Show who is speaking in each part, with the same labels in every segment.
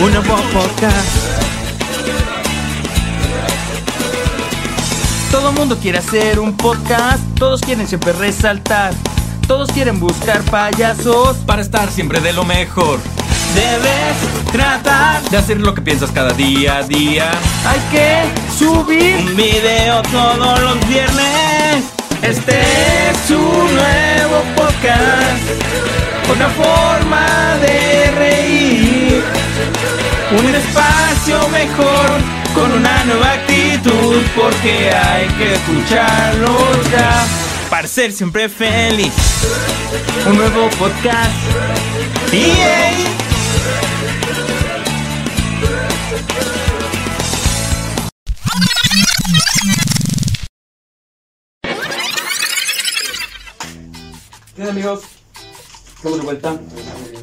Speaker 1: un nuevo podcast. Todo mundo quiere hacer un podcast, todos quieren siempre resaltar, todos quieren buscar payasos.
Speaker 2: para estar siempre de lo mejor.
Speaker 1: Debes tratar,
Speaker 2: De hacer lo que piensas cada día a día.
Speaker 1: hay que subir
Speaker 2: Un video todos los viernes.
Speaker 1: Este es un nuevo podcast, una forma de reír, un espacio mejor con una nueva actitud, porque hay que escucharlo ya para ser siempre feliz. Un nuevo podcast. ¡Yay!
Speaker 3: ¿Qué tal, amigos? Estamos de vuelta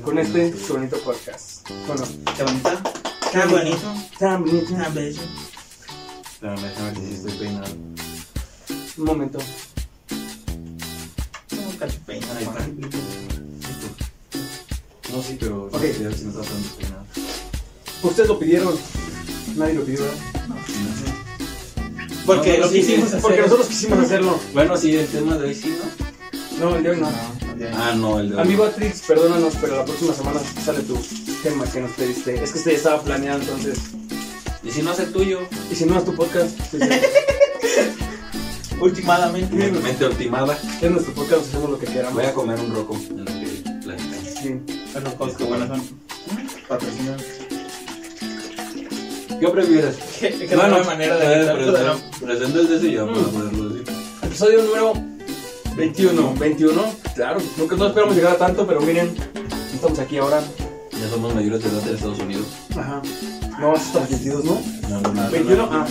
Speaker 3: con este su bonito podcast. Bueno,
Speaker 4: Qué bonito. Qué bonito.
Speaker 3: tan bonito.
Speaker 4: Una bella.
Speaker 2: Espérame, déjame ver si estoy peinado.
Speaker 3: Un momento.
Speaker 4: Un cachupeño. Ahí
Speaker 2: No, sí, pero
Speaker 3: Ok.
Speaker 2: okay. si no estás tan despeinado.
Speaker 3: Ustedes lo pidieron. Nadie lo pidió, ¿verdad?
Speaker 4: está. Porque lo quisimos hacer.
Speaker 3: Porque nosotros quisimos hacerlo.
Speaker 2: Bueno, sí, el tema de hoy sí, ¿no?
Speaker 3: No, el de hoy no.
Speaker 2: Ah, no, el de hoy.
Speaker 3: Amigo Atrix, perdónanos, pero la próxima semana sale tu tema que nos pediste. Es que este ya estaba planeado, entonces.
Speaker 2: Y si no es el tuyo.
Speaker 3: Y si no es tu podcast, pues sí, sí.
Speaker 4: Últimamente.
Speaker 2: Mente ultimada.
Speaker 3: es nuestro podcast, hacemos lo que queramos.
Speaker 2: Voy a comer un roco en lo que la gente.
Speaker 3: Sí.
Speaker 4: Bueno, cosas que buenas son. Patrocinados.
Speaker 2: ¿Qué prefieres? eh,
Speaker 4: Que que no hay manera de evitarlo. Mm.
Speaker 2: Presento desde eso y ya para poderlo decir.
Speaker 3: Episodio número 21. 21, claro. Nunca no esperamos llegar a tanto, pero miren, estamos aquí ahora.
Speaker 2: Ya somos mayores de edad de Estados Unidos.
Speaker 3: Ajá. No, hasta 22, ¿no?
Speaker 2: No, no, no.
Speaker 3: 21, ah.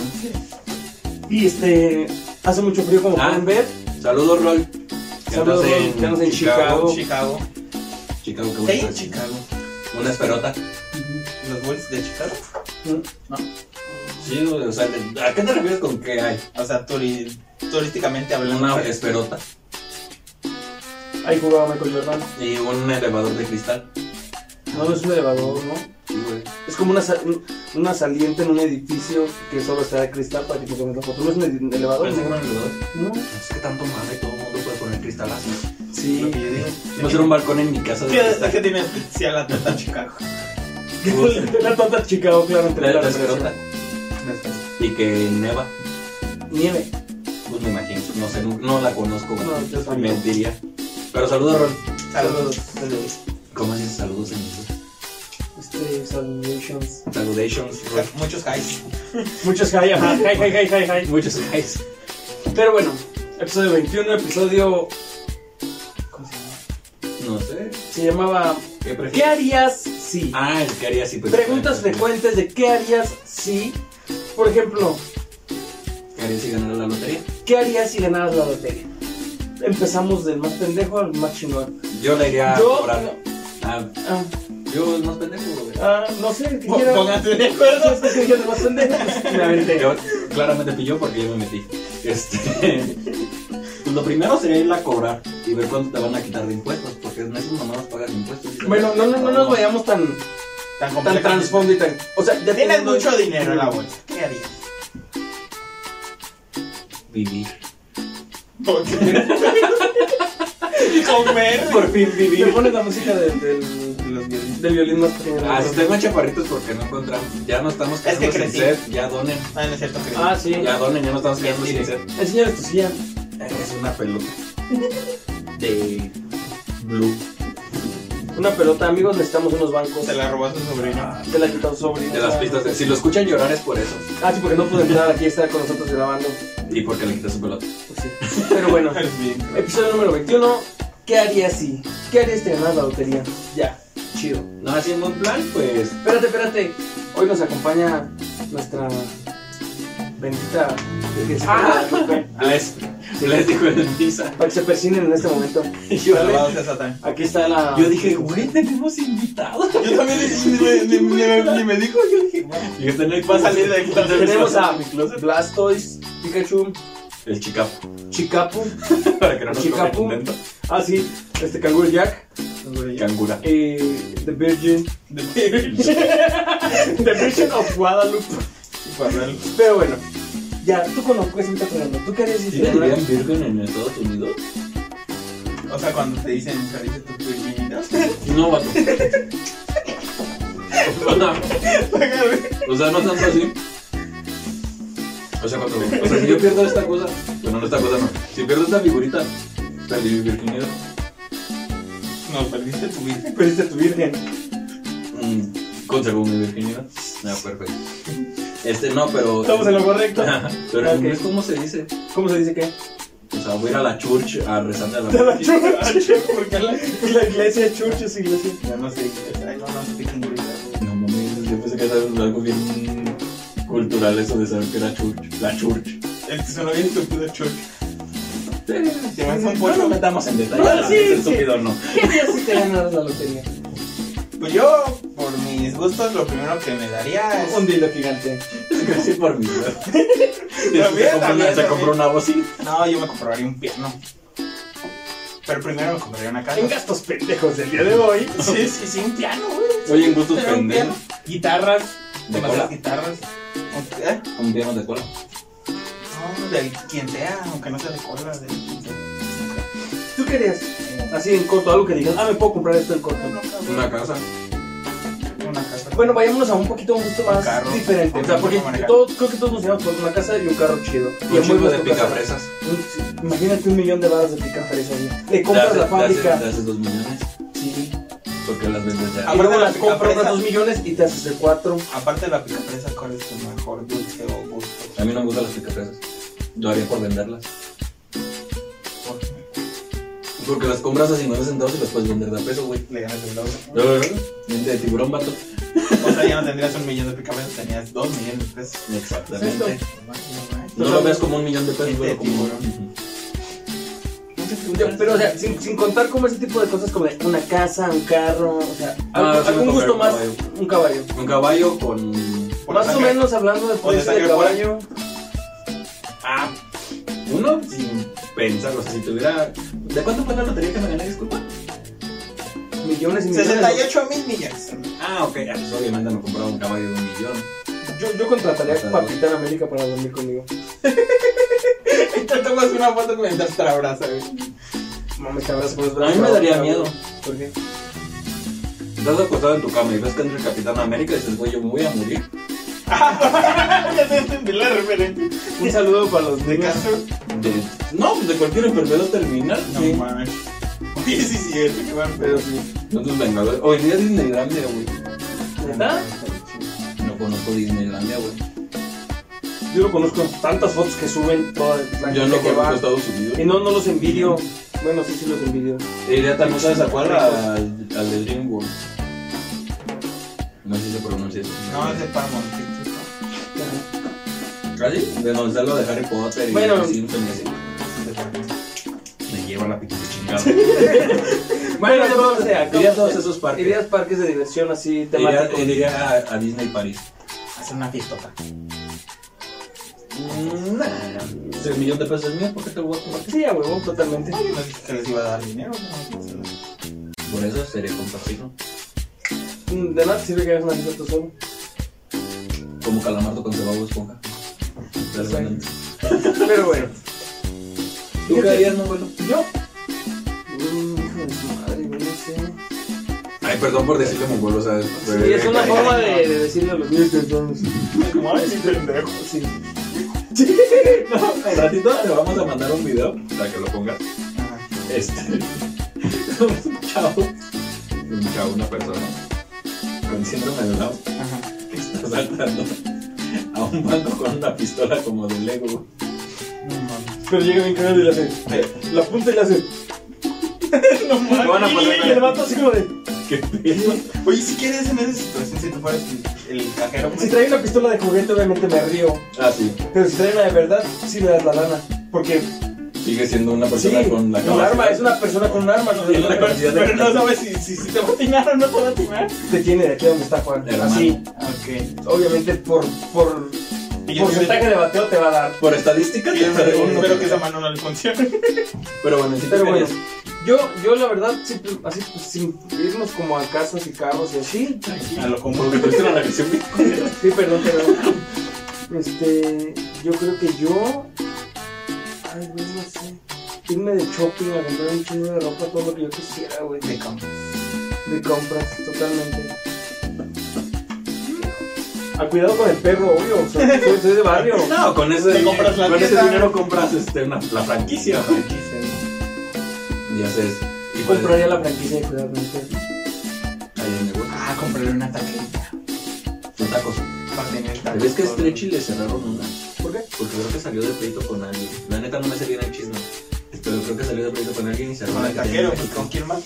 Speaker 3: Y este, hace mucho frío como
Speaker 2: Ah.
Speaker 3: pueden ver.
Speaker 2: Saludos, Roy. Que
Speaker 3: Saludos,
Speaker 2: andas
Speaker 3: Roy, que andas en Chicago.
Speaker 4: Chicago.
Speaker 2: Chicago, qué
Speaker 4: Sí,
Speaker 2: bueno.
Speaker 4: Chicago.
Speaker 2: Una esperota.
Speaker 4: Los Bulls de Chicago.
Speaker 2: Sí, o sea, ¿a qué te refieres con que hay?
Speaker 4: O sea, turi- turísticamente hablando.
Speaker 2: Una
Speaker 4: sí.
Speaker 2: esperota
Speaker 3: Ahí jugaba Michael Jordan.
Speaker 2: y un elevador de cristal.
Speaker 3: No, es un elevador, ¿no?
Speaker 2: Sí, güey.
Speaker 3: Es como una, sa- un- una saliente en un edificio que solo está de cristal para que te tomes la foto. No es un edi- un elevador,
Speaker 2: Pensé que era un elevador.
Speaker 3: ¿no?
Speaker 2: Es que tanto madre, todo el mundo puede poner cristalazos.
Speaker 4: Lo
Speaker 3: Sí.
Speaker 4: que yo digo.
Speaker 2: Voy a hacer un balcón en mi casa de
Speaker 4: ¿Qué es
Speaker 2: cristal.
Speaker 4: que tiene especial la teta Chicago?
Speaker 2: Pues,
Speaker 3: La tonta de Chicago, claro, entre
Speaker 2: La la
Speaker 3: la
Speaker 2: esperota. Y que neva.
Speaker 3: Nieve.
Speaker 2: Pues me imagino. No sé, no, no la conozco. güey.
Speaker 3: No, yo tampoco.
Speaker 2: Mentiría. Pero saludos, Roy.
Speaker 4: Saludos. Saludos.
Speaker 2: ¿Cómo haces saludos en inglés?
Speaker 3: Este, Salvations.
Speaker 2: Saludations, Roy.
Speaker 4: Muchos highs.
Speaker 3: Muchos hi, ajá. Hi, hi, hi, hi, hi.
Speaker 2: Muchos likes.
Speaker 3: Pero bueno, episodio 21, episodio. ¿Cómo se llama?
Speaker 2: No sé.
Speaker 3: Se llamaba.
Speaker 2: ¿Qué prefieres?
Speaker 3: ¿Qué harías si?
Speaker 2: Ah, el que haría si pues,
Speaker 3: Preguntas
Speaker 2: ¿qué haría?
Speaker 3: frecuentes de qué harías si, por ejemplo,
Speaker 2: ¿Qué haría si ganara la lotería?
Speaker 3: ¿qué harías si ganaras la lotería? Empezamos del más pendejo al más chingón.
Speaker 2: Yo la iría a
Speaker 3: Yo-
Speaker 2: cobrar. Ah,
Speaker 3: Ah,
Speaker 2: yo es más pendejo, güey.
Speaker 3: ah, no sé, ¿qué
Speaker 4: Po-
Speaker 3: quieras?
Speaker 4: Pónganse de
Speaker 3: Sí,
Speaker 4: acuerdo.
Speaker 3: es que sí, yo del más pendejo, pues, me aventé.
Speaker 2: Yo claramente pilló porque yo me metí. Este. pues lo primero sería ir a cobrar y ver cuánto te van a quitar de impuestos, porque en esas mamadas pagas impuestos.
Speaker 3: Bueno, no, no, no nos vayamos tan,
Speaker 4: Tan
Speaker 3: tan
Speaker 4: complejo.
Speaker 3: transfondo y tan. O sea, ya
Speaker 4: Tienes
Speaker 3: teniendo-
Speaker 4: mucho dinero en la bolsa. ¿Qué harías?
Speaker 2: Vivir.
Speaker 4: y comer.
Speaker 2: Por fin
Speaker 3: Te
Speaker 2: vivir.
Speaker 3: pones la música del, del,
Speaker 4: Los violines.
Speaker 3: del violín más pequeño.
Speaker 2: Ah, si tengo chaparritos porque no encontramos. Ya no estamos
Speaker 4: que
Speaker 2: quedando sin
Speaker 4: crecí.
Speaker 2: sed. Ya donen.
Speaker 4: Ah, no es cierto, creo.
Speaker 3: Ah, sí.
Speaker 2: Ya donen, ya no estamos quedando sin sed.
Speaker 3: Enseñales tu silla.
Speaker 2: Es una pelota. De. Blue.
Speaker 3: Una pelota, amigos, necesitamos unos bancos.
Speaker 4: Se la robó a su sobrino.
Speaker 3: Te la quitó sobre.
Speaker 2: De las pistas. de- Si lo escuchan llorar es por eso.
Speaker 3: Ah, sí, porque no pudo entrar aquí, está con nosotros grabando.
Speaker 2: Y porque le quitas su pelota.
Speaker 3: Pues sí. Pero bueno, episodio número 21. ¿Qué harías si? ¿Qué harías si te ganas la lotería? Ya, chido.
Speaker 2: No, haciendo un plan, pues.
Speaker 3: Espérate, espérate. Hoy nos acompaña nuestra bendita.
Speaker 2: Ah.
Speaker 3: Para
Speaker 2: Les, les dijo el misa.
Speaker 3: que se persinen en este momento.
Speaker 2: Yo,
Speaker 4: Salvado sea Satán.
Speaker 3: Aquí está la.
Speaker 2: yo dije, güey, tenemos invitados.
Speaker 4: Yo también ni, ni- ni- ni me dijo, yo dije, bueno,
Speaker 2: Y este no
Speaker 4: va a salir de aquí.
Speaker 3: Tenemos a
Speaker 2: mi closet.
Speaker 3: Blastoise, Pikachu,
Speaker 2: El chicapo.
Speaker 3: Chicapu.
Speaker 2: Para que no nos
Speaker 3: Chicapo.
Speaker 2: cojan invento.
Speaker 3: Ah, sí, este Kangaroo Jack.
Speaker 2: Cangura.
Speaker 3: Eh, The Virgin. The Virgin of Guadalupe.
Speaker 4: Parral.
Speaker 3: Pero bueno, ya, tú conozcas a Fernando. ¿Tú qué harías si
Speaker 2: ¿Sí
Speaker 3: te
Speaker 2: le
Speaker 3: llamaran?
Speaker 2: dirían virgen en Estados Unidos?
Speaker 4: O sea, cuando te dicen, ¿perdiste tus virginitas?
Speaker 2: No, vato. O sea, o sea, no tanto así. O sea, cuando, o sea, si yo pierdo esta cosa, bueno, no esta cosa no. Si pierdo esta figurita, perdí mi virginidad.
Speaker 4: No, perdiste tu virgen.
Speaker 3: Perdiste a tu virgen.
Speaker 2: Mm, conservo mi virginidad. No, perfecto. Este, no, pero.
Speaker 3: Estamos en lo correcto.
Speaker 2: Pero en
Speaker 3: Ok.
Speaker 2: inglés, ¿cómo se dice?
Speaker 3: ¿Cómo se dice qué?
Speaker 2: O sea, voy a ir a la church a rezarle a la
Speaker 3: De la
Speaker 2: Virgen.
Speaker 3: church.
Speaker 4: Porque la...
Speaker 3: La iglesia, church es iglesia.
Speaker 4: Ya no sé. Ay, no, no, estoy con virgen.
Speaker 2: No mames, yo pensé que era algo bien cultural eso de saber que era church. La church.
Speaker 4: El que sonó bien estúpido, Chuck.
Speaker 2: Sí,
Speaker 4: Te vas a un
Speaker 2: pues, No nos
Speaker 4: pueblo.
Speaker 2: metamos en detalle.
Speaker 3: Ah,
Speaker 2: ¿no?
Speaker 3: sí,
Speaker 2: Es
Speaker 3: sí.
Speaker 2: estúpido, no.
Speaker 3: ¿Qué harías si te ganaras la lotería?
Speaker 4: Pues yo, por mis gustos, lo primero que me daría es.
Speaker 3: Un dildo gigante.
Speaker 2: Es que sí, por mí. ¿verdad? Y es que
Speaker 4: También,
Speaker 2: se compró una-
Speaker 4: también,
Speaker 2: Se compró
Speaker 4: también.
Speaker 2: una bocina.
Speaker 4: No, yo me compraría un piano. Pero primero me compraría una casa.
Speaker 3: En gastos pendejos del día de hoy.
Speaker 4: Sí, sí, sí, un piano, güey.
Speaker 2: Oye, en gustos
Speaker 4: Pero un piano.
Speaker 2: pendejos.
Speaker 4: Guitarras.
Speaker 2: ¿De
Speaker 4: Demasiadas
Speaker 2: cola?
Speaker 4: guitarras. Un- ¿Eh?
Speaker 2: Un piano de cola.
Speaker 4: No, del quien sea, aunque no sea de cola, del quien sea.
Speaker 3: ¿Tú qué harías? Así en corto, algo que digas, ah, me puedo comprar esto en corto.
Speaker 2: Una casa.
Speaker 4: Una casa.
Speaker 3: Bueno, vayámonos a un poquito un poquito
Speaker 4: Un
Speaker 3: más
Speaker 4: carro.
Speaker 3: diferente. O sea, porque
Speaker 4: Manejar.
Speaker 3: todos, creo que todos nos llevamos por una casa y un carro chido. Y
Speaker 2: Un chingo
Speaker 3: muy
Speaker 2: de
Speaker 3: tu casa.
Speaker 2: picafresas.
Speaker 3: Un- Imagínate un millón de barras de picafresas. güey. Le compras
Speaker 2: Te
Speaker 3: la
Speaker 2: haces- te haces-
Speaker 3: fábrica.
Speaker 2: Te haces dos millones.
Speaker 3: Sí.
Speaker 2: Porque las vendes ya.
Speaker 4: Ah,
Speaker 3: Y luego
Speaker 4: Aparte de la
Speaker 3: las compras
Speaker 4: picafresa.
Speaker 3: otros dos millones y te haces de cuatro.
Speaker 4: Aparte de la picapresa, ¿cuál es tu mejor dulce o gusto?
Speaker 2: A mí no me gustan las picafresas. Yo haría por venderlas.
Speaker 4: ¿Por qué?
Speaker 2: Porque las compras a 50 centavos y las puedes vender de a peso, güey.
Speaker 4: Le ganas el doble.
Speaker 2: Mente de tiburón, vato.
Speaker 4: O sea, ya no tendrías un millón de picapresas, tenías dos millones de pesos.
Speaker 2: Exactamente.
Speaker 4: No, no, no.
Speaker 2: No lo veas como un millón de pesos,
Speaker 4: Mente
Speaker 2: pero
Speaker 4: de
Speaker 2: como.
Speaker 4: tiburón.
Speaker 3: Pero, o sea, sin, sin contar como ese tipo de cosas como de una casa, un carro, o sea,
Speaker 2: Ah,
Speaker 3: algún,
Speaker 2: sí me
Speaker 3: algún
Speaker 2: compré
Speaker 3: gusto
Speaker 2: un
Speaker 3: más,
Speaker 2: caballo.
Speaker 3: un caballo.
Speaker 2: Un caballo con.
Speaker 4: Por
Speaker 3: más o
Speaker 4: sangre.
Speaker 3: menos hablando de
Speaker 4: Por
Speaker 3: precio de
Speaker 4: sangre
Speaker 3: caballo.
Speaker 2: Ah, uno sin pensarlo. O sea, si tuviera. ¿De cuánto fue la lotería que me gané? Disculpa.
Speaker 3: Millones y millones.
Speaker 4: 68 mil millas.
Speaker 2: Ah, ok. Ah, pues obviamente me compraba un caballo de un millón.
Speaker 3: Yo, yo contrataría a Capitán América para dormir conmigo.
Speaker 4: Te tomas una foto con el Dastra Abraza, güey.
Speaker 3: Mames, cabras, pues
Speaker 2: A mí me daría miedo.
Speaker 3: ¿Por qué?
Speaker 2: Estás acostado en tu cama y ves que entra el Capitán América y dices, güey, yo me voy a morir.
Speaker 4: Ah, Ya te entendí la referencia.
Speaker 3: Un saludo para los
Speaker 4: De
Speaker 3: negros.
Speaker 4: caso.
Speaker 2: De- No, pues de cualquier enfermedad terminal.
Speaker 4: No
Speaker 2: sí.
Speaker 4: mames. Oye, sí, sí, es que van, pero.
Speaker 3: Pero sí.
Speaker 2: Entonces, Vengadores. Hoy día Disneylandia, güey.
Speaker 3: ¿Neta?
Speaker 2: No conozco Disneylandia, güey.
Speaker 3: Yo lo conozco en tantas fotos que suben toda la
Speaker 2: Yo
Speaker 3: gente
Speaker 2: no
Speaker 3: que
Speaker 2: conozco
Speaker 3: va.
Speaker 2: Estados Unidos.
Speaker 3: Y no, no los envidio. Bueno, sí, sí los envidio.
Speaker 2: E iría también, ¿sabes a cuál? Al, al de DreamWorld. No sé si se pronuncia eso.
Speaker 4: No, es de Paramount Pictures.
Speaker 3: Ajá.
Speaker 2: ¿Casi? De donde está lo de Harry Potter y
Speaker 3: Bueno.
Speaker 2: los Simpsons y así.
Speaker 4: ¿no? De Paramount.
Speaker 2: Me lleva la pinche chingada.
Speaker 3: Bueno,
Speaker 2: Bueno,
Speaker 3: todo, o sea,
Speaker 2: iría a todos esos parques.
Speaker 3: Irías parques de diversión así
Speaker 2: Iría,
Speaker 3: temáticos.
Speaker 2: iría a, a Disney París.
Speaker 4: Hacer una fiestota.
Speaker 3: Mm,
Speaker 2: Nah. Si el millón de pesos es mío, ¿por qué te lo voy a tomar?
Speaker 3: Sí, a huevo, totalmente.
Speaker 4: Ay, no dije que les iba a dar dinero. ¿no?
Speaker 2: Por eso sería compartirlo.
Speaker 3: Mm, De nada te sirve que hagas una fiesta tú solo.
Speaker 2: Como calamardo con cebabo esponja. Perdón.
Speaker 3: Pero bueno.
Speaker 2: ¿Tú qué harías, no, abuelo?
Speaker 3: ¿Yo? Mm, hijo de su madre, güey, no sé.
Speaker 2: Ay, perdón por decirle mongol, o sea.
Speaker 3: Sí, es una forma de, de decirle a los niños que son-
Speaker 4: Como, ay, sí, pendejo.
Speaker 3: Sí.
Speaker 2: Al ratito te vamos a mandar un video para que lo pongas.
Speaker 4: Ajá.
Speaker 2: Este. un chavo. Un chavo, una persona. Con síndrome de Down
Speaker 4: Ajá.
Speaker 2: que está saltando a un bando con una pistola como de Lego.
Speaker 4: No mames.
Speaker 3: Pero llega bien cagado y le hace. "Eh, La punta y le hace.
Speaker 4: No mames.
Speaker 2: van a
Speaker 3: Y,
Speaker 2: poner-
Speaker 3: y el vato así como de.
Speaker 2: ¿Qué pedo?
Speaker 4: Oye, si quieres en esa situación, si tú fueras el, el cajero,
Speaker 3: Si
Speaker 4: pues,
Speaker 3: trae una pistola de juguete, obviamente me río.
Speaker 2: Ah, sí.
Speaker 3: Pero si trae una de verdad, sí le das la lana. Porque.
Speaker 2: Sigue siendo una
Speaker 3: Sí,
Speaker 2: persona con la
Speaker 3: un arma, es una persona con un arma. No
Speaker 2: Y la capacidad de-
Speaker 4: pero no sabes si, si, si te va a timar o no te va a timar.
Speaker 3: te tiene de aquí donde está Juan.
Speaker 2: Hermano.
Speaker 3: Así,
Speaker 4: Ok.
Speaker 3: obviamente por. por
Speaker 4: Y yo
Speaker 3: porcentaje de bateo te va a dar.
Speaker 2: Por estadística, te
Speaker 4: Espero
Speaker 2: sale uno.
Speaker 4: espero que esa mano no le funcione.
Speaker 2: Pero bueno, si
Speaker 3: Pero bueno. Yo, yo la verdad, simple- así, pues, sin irnos como a casas y carros y así.
Speaker 4: A lo común.
Speaker 2: Porque tuviste una reacción muy culera.
Speaker 3: Sí, perdón, pero. Este. Yo creo que yo. Ay, güey, no sé. Irme de shopping a comprar un chingo de ropa, todo lo que yo quisiera, güey.
Speaker 4: De compras.
Speaker 3: De compras, totalmente. A cuidado con el perro, obvio. O sea, soy, soy de barrio.
Speaker 2: No, con ese,
Speaker 4: Te compras la
Speaker 2: con ese
Speaker 4: tienda.
Speaker 2: dinero compras este, una, la franquicia. güey.
Speaker 4: Aquí se-
Speaker 2: Y haces. Y pues,
Speaker 3: Compraría la franquicia de cuidado con el perro.
Speaker 2: ahí en el hueco,
Speaker 4: Ah, compraré una taquilla.
Speaker 2: de tacos.
Speaker 4: Para tener tacos.
Speaker 2: Pero es que Stretchy le cerraron una.
Speaker 3: ¿Por qué?
Speaker 2: Porque creo que salió de pleito con alguien. La neta no me sé bien el chisme. Pero creo que salió de pleito con alguien y cerró
Speaker 4: Con
Speaker 2: la
Speaker 4: el
Speaker 2: que
Speaker 4: taquero,
Speaker 2: tenía.
Speaker 4: pues con quién más.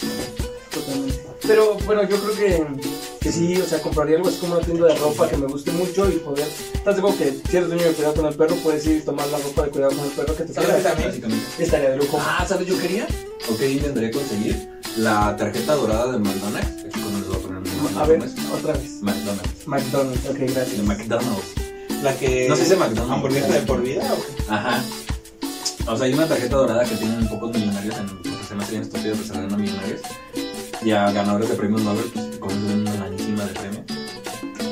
Speaker 3: Totalmente. Pero bueno, yo creo que, que sí, o sea, compraría algo así como una tienda de ropa que me guste mucho y poder. Estás de acuerdo que si eres dueño de cuidado con el perro, puedes ir y tomar la ropa de cuidado con el perro que te
Speaker 4: ¿Sabes
Speaker 3: queda.
Speaker 4: también?
Speaker 2: Básicamente.
Speaker 3: Estaría de lujo.
Speaker 2: Ah, ¿sabes yo quería? Ok, intentaré conseguir la tarjeta dorada de McDonald's. Aquí con el voy a poner mi nombre,
Speaker 3: A ver,
Speaker 2: ¿cómo es?
Speaker 3: otra vez.
Speaker 2: pues. McDonald's.
Speaker 3: McDonald's, ok,
Speaker 2: De
Speaker 3: gracias.
Speaker 2: McDonald's.
Speaker 4: La que.
Speaker 2: No sé si es McDonald's.
Speaker 4: Hamburguesa de por vida o qué?
Speaker 2: Ajá. O sea, hay una tarjeta dorada que tienen pocos millonarios en porque se me hacían estúpidos que se la dan a millonarios. Y a ganadores de premios Nobel, pues con una lanísima de premio.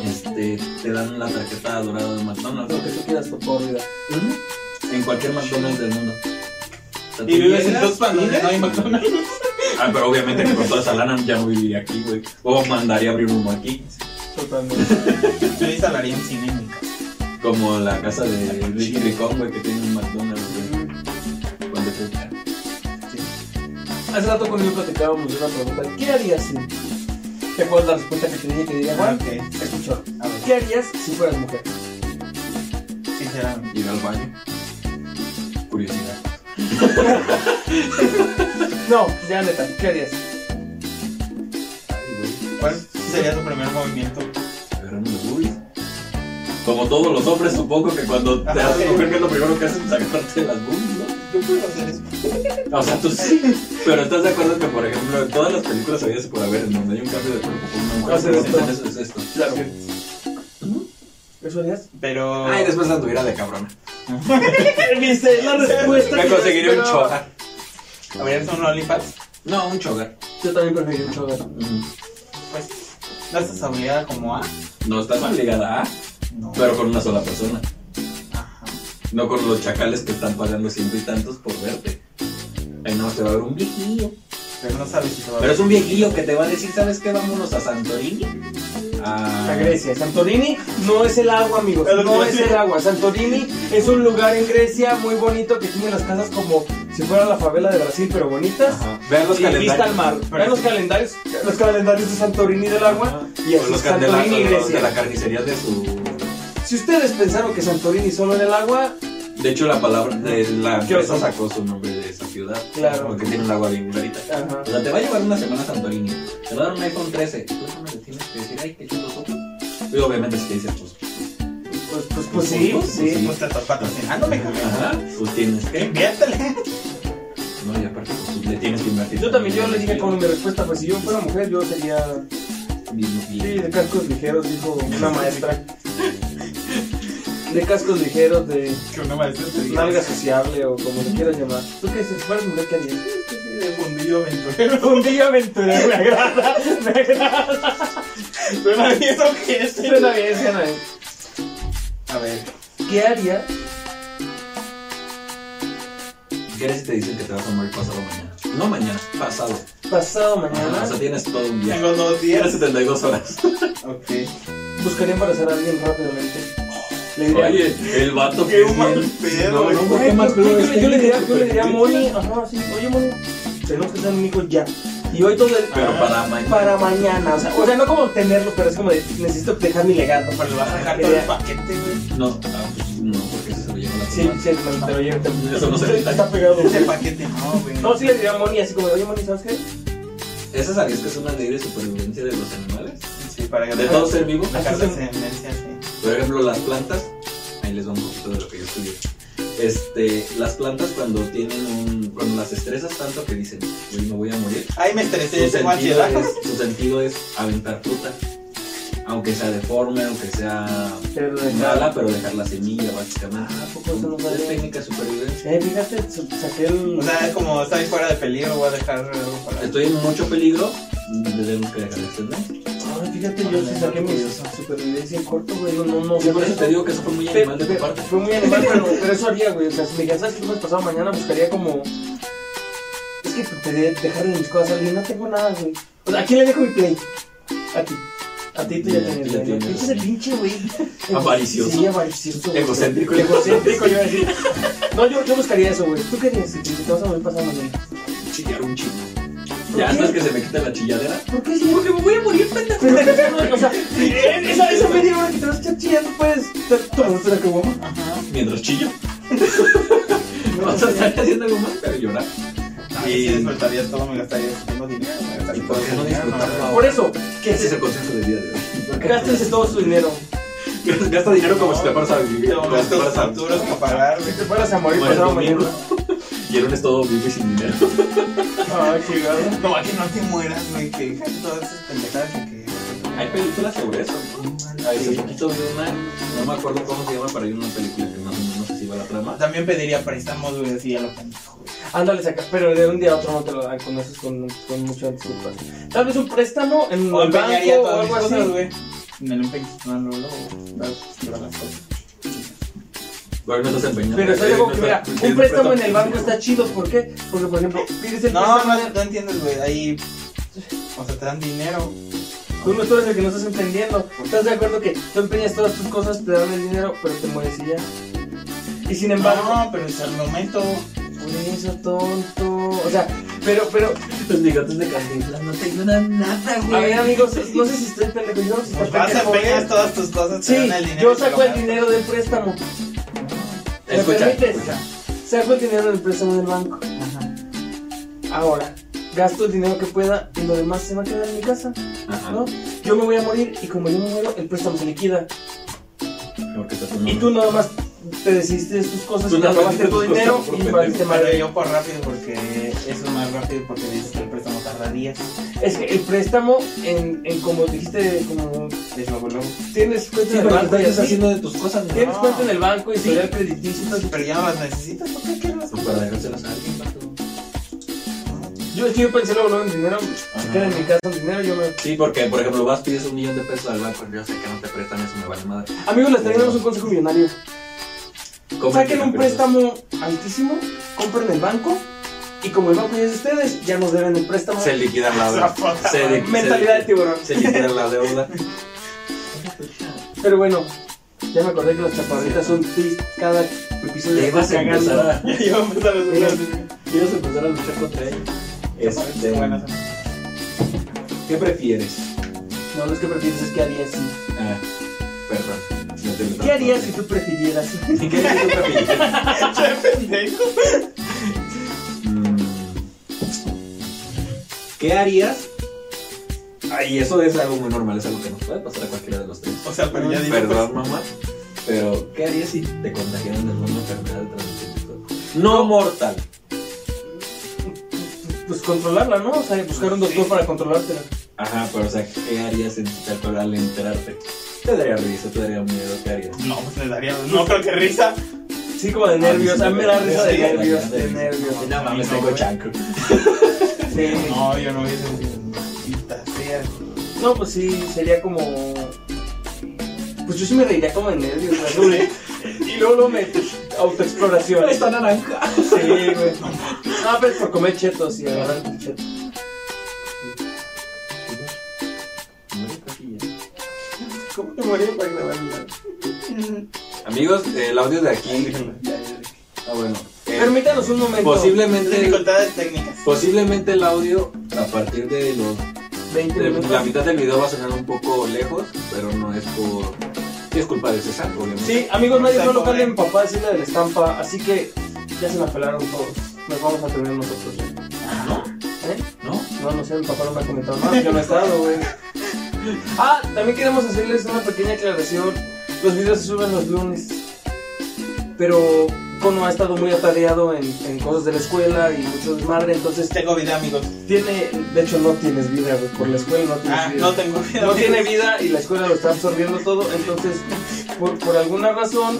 Speaker 2: Este, te dan la tarjeta dorada de McDonald's.
Speaker 3: Lo que tú quieras, por favor, vida.
Speaker 2: Ujú. En cualquier McDonald's del mundo. O sea, tú
Speaker 4: Y vives en
Speaker 2: llegas-
Speaker 4: Tuxpan donde no hay McDonald's.
Speaker 2: Ah, pero obviamente que con toda esa lana ya no viviría aquí, güey. O mandaría abrir uno aquí.
Speaker 3: Totalmente.
Speaker 4: Yo instalaría un cine en mi casa.
Speaker 2: Como la casa de Ricky Ricón, güey, que tiene un McDonald's, güey. Cuando tú-
Speaker 3: Hace rato conmigo platicábamos de una pregunta: ¿Qué harías si.? ¿Te acuerdas la respuesta que te dije que diría Juan?
Speaker 4: Ah, Ok,
Speaker 3: Escuchó.
Speaker 4: a ver,
Speaker 3: ¿Qué harías si fueras mujer?
Speaker 4: sinceramente.
Speaker 2: Ir al baño. Curiosidad.
Speaker 3: No, ya neta, ¿qué harías?
Speaker 2: Ay, güey.
Speaker 4: ¿Cuál sería tu primer movimiento?
Speaker 2: Agarrarme los boobies. Como todos los hombres, supongo que cuando te haces mujer, que es lo primero que haces es sacarte las boobies, ¿no?
Speaker 4: Yo puedo hacer eso.
Speaker 2: O sea, tú sí. Pero estás de acuerdo que, por ejemplo, en todas las películas habidas y por haber en donde hay un cambio de cuerpo con una mujer,
Speaker 3: Ah, sí,
Speaker 2: pues,
Speaker 3: esto.
Speaker 2: entonces eso es esto.
Speaker 3: Claro. ¿Eso harías?
Speaker 4: Pero.
Speaker 2: Ay, después anduviera de cabrona.
Speaker 3: Viste la respuesta.
Speaker 2: Me
Speaker 3: que yo
Speaker 2: conseguiría un
Speaker 3: esperaba.
Speaker 2: chogar.
Speaker 4: ¿Habrías un OnlyFans?
Speaker 2: No, un Mm, chogar.
Speaker 3: Yo también preferiría un chogar.
Speaker 4: Pues. ¿No estás obligada como A?
Speaker 2: No estás obligada a,
Speaker 4: No.
Speaker 2: pero con una sola persona.
Speaker 4: Ajá.
Speaker 2: No con los chacales que están pagando ciento y tantos por verte. Ahí no te va a ver un viejillo.
Speaker 4: Pero no sabes si te va a
Speaker 2: Pero es un viejillo que te va a decir, ¿sabes qué? Vámonos a Santorini. Ah, A
Speaker 3: A Grecia. Santorini no es el agua, amigos.
Speaker 4: Es lo que
Speaker 3: No
Speaker 4: iba a
Speaker 3: es
Speaker 4: decir.
Speaker 3: el agua. Santorini es un lugar en Grecia muy bonito que tiene las casas como si fuera la favela de Brasil, pero bonitas.
Speaker 2: Ajá. Vean los
Speaker 3: y vista al
Speaker 2: calendarios.
Speaker 3: mar. Vean los calendarios, los calendarios de Santorini del agua y
Speaker 2: O
Speaker 3: así
Speaker 2: los cal- de la-
Speaker 3: Santorini y
Speaker 2: los de la
Speaker 3: Grecia.
Speaker 2: carnicería de su
Speaker 3: Si ustedes pensaron que Santorini solo en el agua,
Speaker 2: De hecho, la palabra de la
Speaker 3: Kioto.
Speaker 2: empresa sacó su nombre de esa ciudad.
Speaker 3: Claro.
Speaker 2: Porque tiene un agua bien clarita.
Speaker 3: ajá.
Speaker 2: O sea, te va a llevar una semana a Santorini. Te va a dar un iPhone 13. Tú no le tienes que decir, ay, qué chulos ojos. Y obviamente es que dices, pues.
Speaker 3: Pues, pues, pues sí,
Speaker 2: Pues,
Speaker 3: Ah, sí.
Speaker 4: Pues te estás patrocinándome, cabrón.
Speaker 2: Ajá, pues tienes que.
Speaker 4: Inviértele.
Speaker 2: No, y aparte, pues tú le tienes que invertir.
Speaker 3: Yo también, yo le dije como mi respuesta fue, si yo fuera mujer, yo sería
Speaker 2: Mismo que-
Speaker 3: Sí, de cascos ligeros, dijo una maestra. De cascos ligeros, de
Speaker 4: Que una maestra te diga.
Speaker 3: nalga sociable o como le quieras llamar. ¿Tú qué dices? ¿Fueras mujer que harías?
Speaker 4: De fundido aventurero.
Speaker 3: Un día aventura, me agrada, me agrada.
Speaker 4: Suena bien, ¿o qué es?
Speaker 3: Suena bien, suena bien.
Speaker 4: A ver.
Speaker 3: ¿Qué harías?
Speaker 2: ¿Qué eres si te dicen que te vas a morir pasado mañana? No mañana, pasado.
Speaker 3: Pasado
Speaker 2: Ajá, O
Speaker 3: mañana
Speaker 2: sea, tienes todo un día.
Speaker 4: Tengo dos
Speaker 2: Tienes
Speaker 4: días.
Speaker 2: 72 horas.
Speaker 4: Ok.
Speaker 3: buscaría embarazar a alguien rápidamente. Le diría,
Speaker 2: Oye, el vato
Speaker 4: Qué
Speaker 2: es
Speaker 4: mal
Speaker 2: bien-
Speaker 4: pedo,
Speaker 2: No,
Speaker 4: güey.
Speaker 2: no,
Speaker 3: Güey,
Speaker 2: ¿qué más
Speaker 3: pues,
Speaker 2: pedo
Speaker 3: yo,
Speaker 2: es
Speaker 3: le- yo le diría, yo le diría a
Speaker 2: que-
Speaker 3: Moni, ajá, sí, oye Moni, tenemos que ser amigos ya. Y hoy todo el...
Speaker 2: Pero
Speaker 3: Ah,
Speaker 2: para mañana.
Speaker 3: para mañana, o sea, o sea, no como tenerlo, pero es como de, necesito dejar mi legado.
Speaker 4: Pero le vas a dejar todo el paquete, güey.
Speaker 2: No, ah, pues no, porque eso se lo lleva la
Speaker 3: Sí,
Speaker 2: semana.
Speaker 3: sí, hermano, pero yo también.
Speaker 2: Eso no se evita.
Speaker 3: Está pegado.
Speaker 4: Ese paquete no, güey.
Speaker 3: No, sí le diría a Moni así como, oye Moni, ¿sabes qué?
Speaker 2: ¿Esa sabías que es una ley de supervivencia de los animales?
Speaker 4: Sí, para que
Speaker 2: De todo ser vivo.
Speaker 4: Dejar la ascendencia, sí.
Speaker 2: Por ejemplo, las plantas. Ahí les va un poquito de lo que yo estudié. Este, las plantas cuando tienen un. Cuando las estresas tanto que dicen, hoy me voy a morir.
Speaker 4: Ay, me
Speaker 2: Su
Speaker 4: estresé, tengo
Speaker 2: sentido,
Speaker 4: ansiedad.
Speaker 2: es, su sentido es aventar fruta. aunque sea deforme, aunque sea
Speaker 3: Pero
Speaker 2: mala, pero dejar la semilla básicamente.
Speaker 3: Ah, ¿a poco eso no
Speaker 2: es
Speaker 3: vale?
Speaker 2: técnica de supervivencia.
Speaker 3: Eh, fíjate, su- saqué el.
Speaker 4: O sea, es como estoy fuera de peligro, voy a dejar algo para.
Speaker 2: Estoy en mucho peligro, tenemos que dejar de extender.
Speaker 3: Ah, fíjate, yo sí saqué mi supervivencia en corto, güey. No, no, no.
Speaker 2: Sí, por eso te digo que eso fue muy
Speaker 3: Pero-
Speaker 2: animal de tu
Speaker 3: pero-
Speaker 2: parte.
Speaker 3: Fue muy animal, pero, pero eso haría, güey. O sea, si me dijeras, ¿sabes qué me pasado mañana? Buscaría como. Es que te dejaron mis cosas a alguien, no tengo nada, güey. O sea, ¿a quién le dejo mi play? A ti. A ti tú ya
Speaker 2: Ya,
Speaker 3: tienes,
Speaker 2: tú ya
Speaker 3: güey. ¿no?
Speaker 2: tienes,
Speaker 3: Ese
Speaker 2: sí.
Speaker 3: pinche, güey.
Speaker 2: Avaricioso.
Speaker 3: Sí, avaricioso. güey.
Speaker 2: Egocéntrico.
Speaker 3: Egocéntrico, yo iba a decir. No, yo, yo buscaría eso, güey. ¿Tú qué dices? Si te vas a morir pasado mañana.
Speaker 2: Chillar un chingo.
Speaker 3: ¿Por
Speaker 2: Ya
Speaker 3: qué?
Speaker 2: antes que se me quita la chilladera.
Speaker 3: ¿Por qué si
Speaker 2: Porque me voy a morir, pendejo.
Speaker 3: Pero, pues, o sea, esa, esa media hora que te vas a echar chillando, puedes tomarte una caguama.
Speaker 4: Ajá.
Speaker 2: Mientras chillo. Vas a estar haciendo algo más, pero llorar.
Speaker 3: Ah,
Speaker 4: Y disfrutaría todo, me gastaría. Tengo dinero, me gastaría.
Speaker 2: ¿Y por qué no disfrutarlo
Speaker 3: Por
Speaker 2: ahora?
Speaker 3: eso, que
Speaker 2: Ese es
Speaker 3: se
Speaker 2: el consejo del día de hoy.
Speaker 3: gástense todo su dinero.
Speaker 2: Gasta dinero como si te fueras a vivir.
Speaker 4: Tengo
Speaker 2: Como si te
Speaker 4: gastos
Speaker 2: fueras a
Speaker 4: futuros que pagar.
Speaker 3: Si te fueras a morir
Speaker 2: Mueres
Speaker 3: pasado
Speaker 2: domingo.
Speaker 3: mañana.
Speaker 2: Y eres todo vive sin dinero.
Speaker 3: Ay, qué gado.
Speaker 4: No, que no te mueras, güey, que dejas todas esas pendejadas de que.
Speaker 2: Hay películas sobre eso. Hace poquito vi una, no me acuerdo cómo se llama, pero hay una película que más o menos así va la trama.
Speaker 4: También pediría préstamos, güey, así a lo pendejo, güey.
Speaker 3: Ándale, saca, pero de un día a otro no te lo dan con eso, con, con mucha disculpa. Tal vez un préstamo en
Speaker 4: O
Speaker 3: un banco
Speaker 4: empeñaría
Speaker 3: o
Speaker 4: todas
Speaker 3: algo
Speaker 4: mis
Speaker 3: así.
Speaker 4: cosas, güey. Me lo empeño, no, no, no, no.
Speaker 2: Bueno, no estás empeñando.
Speaker 3: Pero es algo que, mira,
Speaker 2: Porque
Speaker 3: un
Speaker 2: no
Speaker 3: préstamo en el banco está chido, ¿por qué? Porque, por ejemplo, pides el
Speaker 4: No,
Speaker 3: préstamo,
Speaker 4: no, no entiendes, güey. Ahí. O sea, te dan dinero.
Speaker 3: tú no tú eres el que no estás entendiendo. ¿Estás de acuerdo que tú empeñas todas tus cosas, te dan el dinero, pero te mueres y ya? Y sin embargo,
Speaker 4: No, pero es al momento.
Speaker 3: Por eso, tonto. O sea, pero, pero,
Speaker 2: Los bigotes de Cantinflas no te ayudan nada,
Speaker 3: a ver, amigos, no sé si estoy pendejo. Yo no sé si estoy
Speaker 4: Pues vas a
Speaker 3: pendejo, ¿eh?
Speaker 4: empeñar todas tus cosas, te
Speaker 3: Sí,
Speaker 4: dan el dinero.
Speaker 3: yo
Speaker 4: y te lo
Speaker 3: saco el
Speaker 4: gastas.
Speaker 3: dinero del préstamo. ¿Me
Speaker 2: Escucha,
Speaker 3: permites?
Speaker 2: escucha.
Speaker 3: Saco el dinero del préstamo del banco. Ahora, gasto el dinero que pueda y lo demás se va a quedar en mi casa,
Speaker 2: Ajá.
Speaker 3: ¿no? Yo me voy a morir y como yo me muero, el préstamo se liquida.
Speaker 2: Porque está
Speaker 3: Y tú nada más te decidiste de tus cosas,
Speaker 2: Tú
Speaker 3: te
Speaker 2: nada más
Speaker 3: acabaste
Speaker 2: hiciste
Speaker 3: tu
Speaker 2: tus
Speaker 3: dinero
Speaker 2: cosas por
Speaker 3: y
Speaker 2: pendejo.
Speaker 3: valiste
Speaker 4: Pero
Speaker 3: madre.
Speaker 4: yo por rápido porque eso es más rápido porque dices que el préstamo tarda días.
Speaker 3: Es que el préstamo, en, en como dijiste, como
Speaker 4: Es luego, luego.
Speaker 3: tienes cuenta
Speaker 2: Sí,
Speaker 3: en el
Speaker 2: pero
Speaker 3: banco
Speaker 2: estás
Speaker 3: y así,
Speaker 2: haciendo de tus cosas, ¿no?
Speaker 3: Tienes
Speaker 4: No.
Speaker 3: cuenta en el banco y historial crediticio. entonces,
Speaker 4: Pero ya no las necesitas, ¿por qué quieres?
Speaker 2: Para dejárselas a alguien, vato.
Speaker 3: Yo, es que yo pensé luego, luego en dinero, se queda en mi casa el dinero, yo me...
Speaker 2: Sí, porque, por ejemplo, vas, pides un millón de pesos al banco, yo sé que no te prestan eso, me vale madre.
Speaker 3: Amigos, les tenemos un consejo millonario.
Speaker 2: Cómprate
Speaker 3: Saquen un
Speaker 2: campeones.
Speaker 3: préstamo altísimo, compren el banco, y como el banco ya es de ustedes, ya nos deben el préstamo.
Speaker 2: Se liquida la deuda.
Speaker 4: puta
Speaker 2: Se
Speaker 4: madre.
Speaker 2: liquida-
Speaker 3: Mentalidad de tiburón.
Speaker 2: Se liquida la deuda.
Speaker 3: Pero bueno, ya me acordé que las chaparritas son tristes cada episodio.
Speaker 2: Te vas a
Speaker 3: están
Speaker 2: empezar a...
Speaker 4: Ya vamos a empezar a
Speaker 3: Mira,
Speaker 2: Quieres empezar a luchar contra ella. Este,
Speaker 4: Buenas.
Speaker 2: ¿Qué prefieres?
Speaker 3: No, no es que prefieres, es que harías. sí.
Speaker 2: Ah, perdón. no te lo-
Speaker 3: ¿Qué harías si tú prefirieras?
Speaker 2: ¿Qué harías si tú prefieres?
Speaker 4: Che, pendejo.
Speaker 2: Mm. ¿Qué harías? Ay, eso es algo muy normal, es algo que nos puede pasar a cualquiera de los tres.
Speaker 4: O sea, pero ya pues. dije.
Speaker 2: Perdón, mamá. Pero, ¿qué harías si te contagiaran de alguna enfermedad de transmisión sexual? No mortal.
Speaker 3: Pues controlarla, ¿no? O sea, buscar un doctor para controlártela.
Speaker 2: Ajá, pero o sea, ¿qué harías en tal cual al enterarte? Te daría risa, te daría miedo, ¿qué harías?
Speaker 4: pues, No, pues le daría. No creo que risa.
Speaker 3: Sí, como de nervios. A mí me da risa de
Speaker 4: Sí,
Speaker 3: nervios, de nervios.
Speaker 2: No mames,
Speaker 4: No,
Speaker 2: tengo
Speaker 4: güey.
Speaker 2: chancro.
Speaker 3: Sí.
Speaker 4: No, yo no hubiese. Maldita sea.
Speaker 3: No, pues sí, sería como. Pues yo sí me reiría como de nervios, güey, ¿no, güey. Y luego, luego me. pues, Autoexploración. Sí,
Speaker 2: Esta naranja.
Speaker 3: güey. No, pero es por comer chetos y agarrar un cheto.
Speaker 4: ¿Cómo te Pues, moría para grabarla?
Speaker 2: Amigos, el audio de aquí. Ah, bueno. eh,
Speaker 3: Permítanos un momento.
Speaker 2: posiblemente,
Speaker 4: Dificultades técnicas.
Speaker 2: posiblemente el audio a partir de los
Speaker 3: 20
Speaker 2: de la
Speaker 3: minutos.
Speaker 2: mitad del video va a sonar un poco lejos, pero no es por sí es culpa de César, obviamente.
Speaker 3: Sí, amigos, nadie no lo cambien papá, es la de la estampa. Así que ya se la pelaron todos. Nos vamos a tener nosotros.
Speaker 2: ¿No?
Speaker 3: ¿Eh?
Speaker 2: ¿No?
Speaker 3: No, no sé, mi papá no me ha comentado nada, yo no he estado, güey. Ah, también queremos hacerles una pequeña aclaración. Los videos se suben los lunes. Pero Cono ha estado muy atareado en, en cosas de la escuela y mucho desmadre, entonces
Speaker 4: Pues Tengo vida, amigos.
Speaker 3: tiene, de hecho no tienes vida, güey, por la escuela no tienes
Speaker 4: Ah,
Speaker 3: vida.
Speaker 4: no tengo vida.
Speaker 3: No
Speaker 4: amigos.
Speaker 3: tiene vida y la escuela lo está absorbiendo todo, entonces por, por alguna razón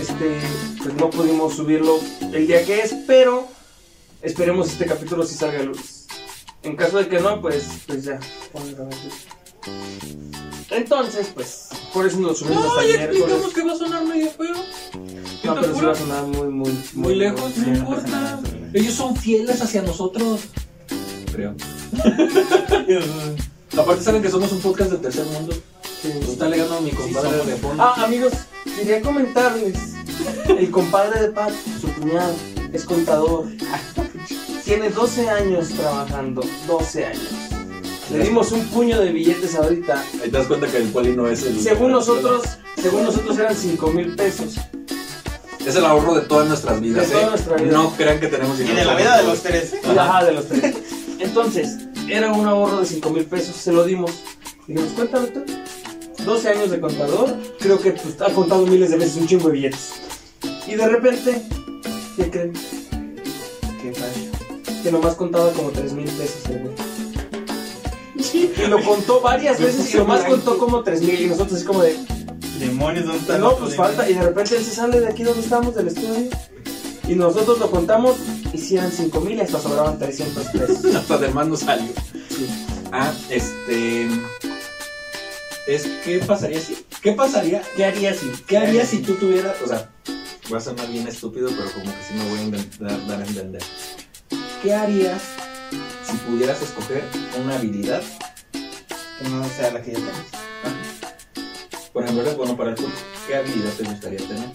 Speaker 3: este, pues no pudimos subirlo el día que es, pero esperemos este capítulo si salga a luz. En caso de que no, pues, pues ya. Entonces, pues, por eso nos subimos hasta el miércoles.
Speaker 2: que va a sonar medio feo.
Speaker 3: No, pero sí va a sonar muy, muy,
Speaker 2: Muy lejos,
Speaker 3: sí.
Speaker 2: no importa. Ellos son fieles hacia nosotros. Creo. Aparte saben que somos un podcast de tercer mundo. Nos está alegando mi compadre de fondo.
Speaker 3: Ah, amigos, quería comentarles. El compadre de Pat, su cuñado, es contador. Tiene 12 años trabajando. 12 años. Le dimos un puño de billetes ahorita.
Speaker 2: Ahí te das cuenta que el poli no es el.
Speaker 3: Según nosotros, según nosotros eran 5 mil pesos.
Speaker 2: Es el ahorro de todas nuestras vidas,
Speaker 3: De toda
Speaker 2: ¿eh?
Speaker 3: nuestra vida.
Speaker 2: No crean que tenemos
Speaker 4: Y
Speaker 2: dinero.
Speaker 4: de la vida de los tres. ¿eh?
Speaker 3: Ajá, de los tres. Entonces, era un ahorro de 5 mil pesos, se lo dimos. Dijimos, cuéntame tú. 12 años de contador, creo que pues, ha contado miles de veces un chingo de billetes. Y de repente, ¿qué creen? Que falló. Que nomás contaba como 3 mil pesos el güey. Y lo contó varias veces y nomás contó como 3 mil. Y nosotros, así como de,
Speaker 4: Demonios, ¿dónde están?
Speaker 3: no,
Speaker 4: los
Speaker 3: pues
Speaker 4: demonios?
Speaker 3: falta. Y de repente él se sale de aquí donde estamos, del estudio. Y nosotros lo contamos, hicieron 5 mil y hasta sobraban 300 pesos.
Speaker 2: Hasta de más no salió. Ah, este. Es qué pasaría si. ¿Qué pasaría?
Speaker 3: ¿Qué harías si?
Speaker 2: ¿Qué harías si tú tuvieras.? O sea, voy a sonar bien estúpido, pero como que sí me voy a intentar dar a entender. ¿Qué harías si pudieras escoger una habilidad?
Speaker 4: Que no sea la que ya tenemos.
Speaker 2: Por ejemplo, eres bueno para el fútbol. ¿Qué habilidad te gustaría tener?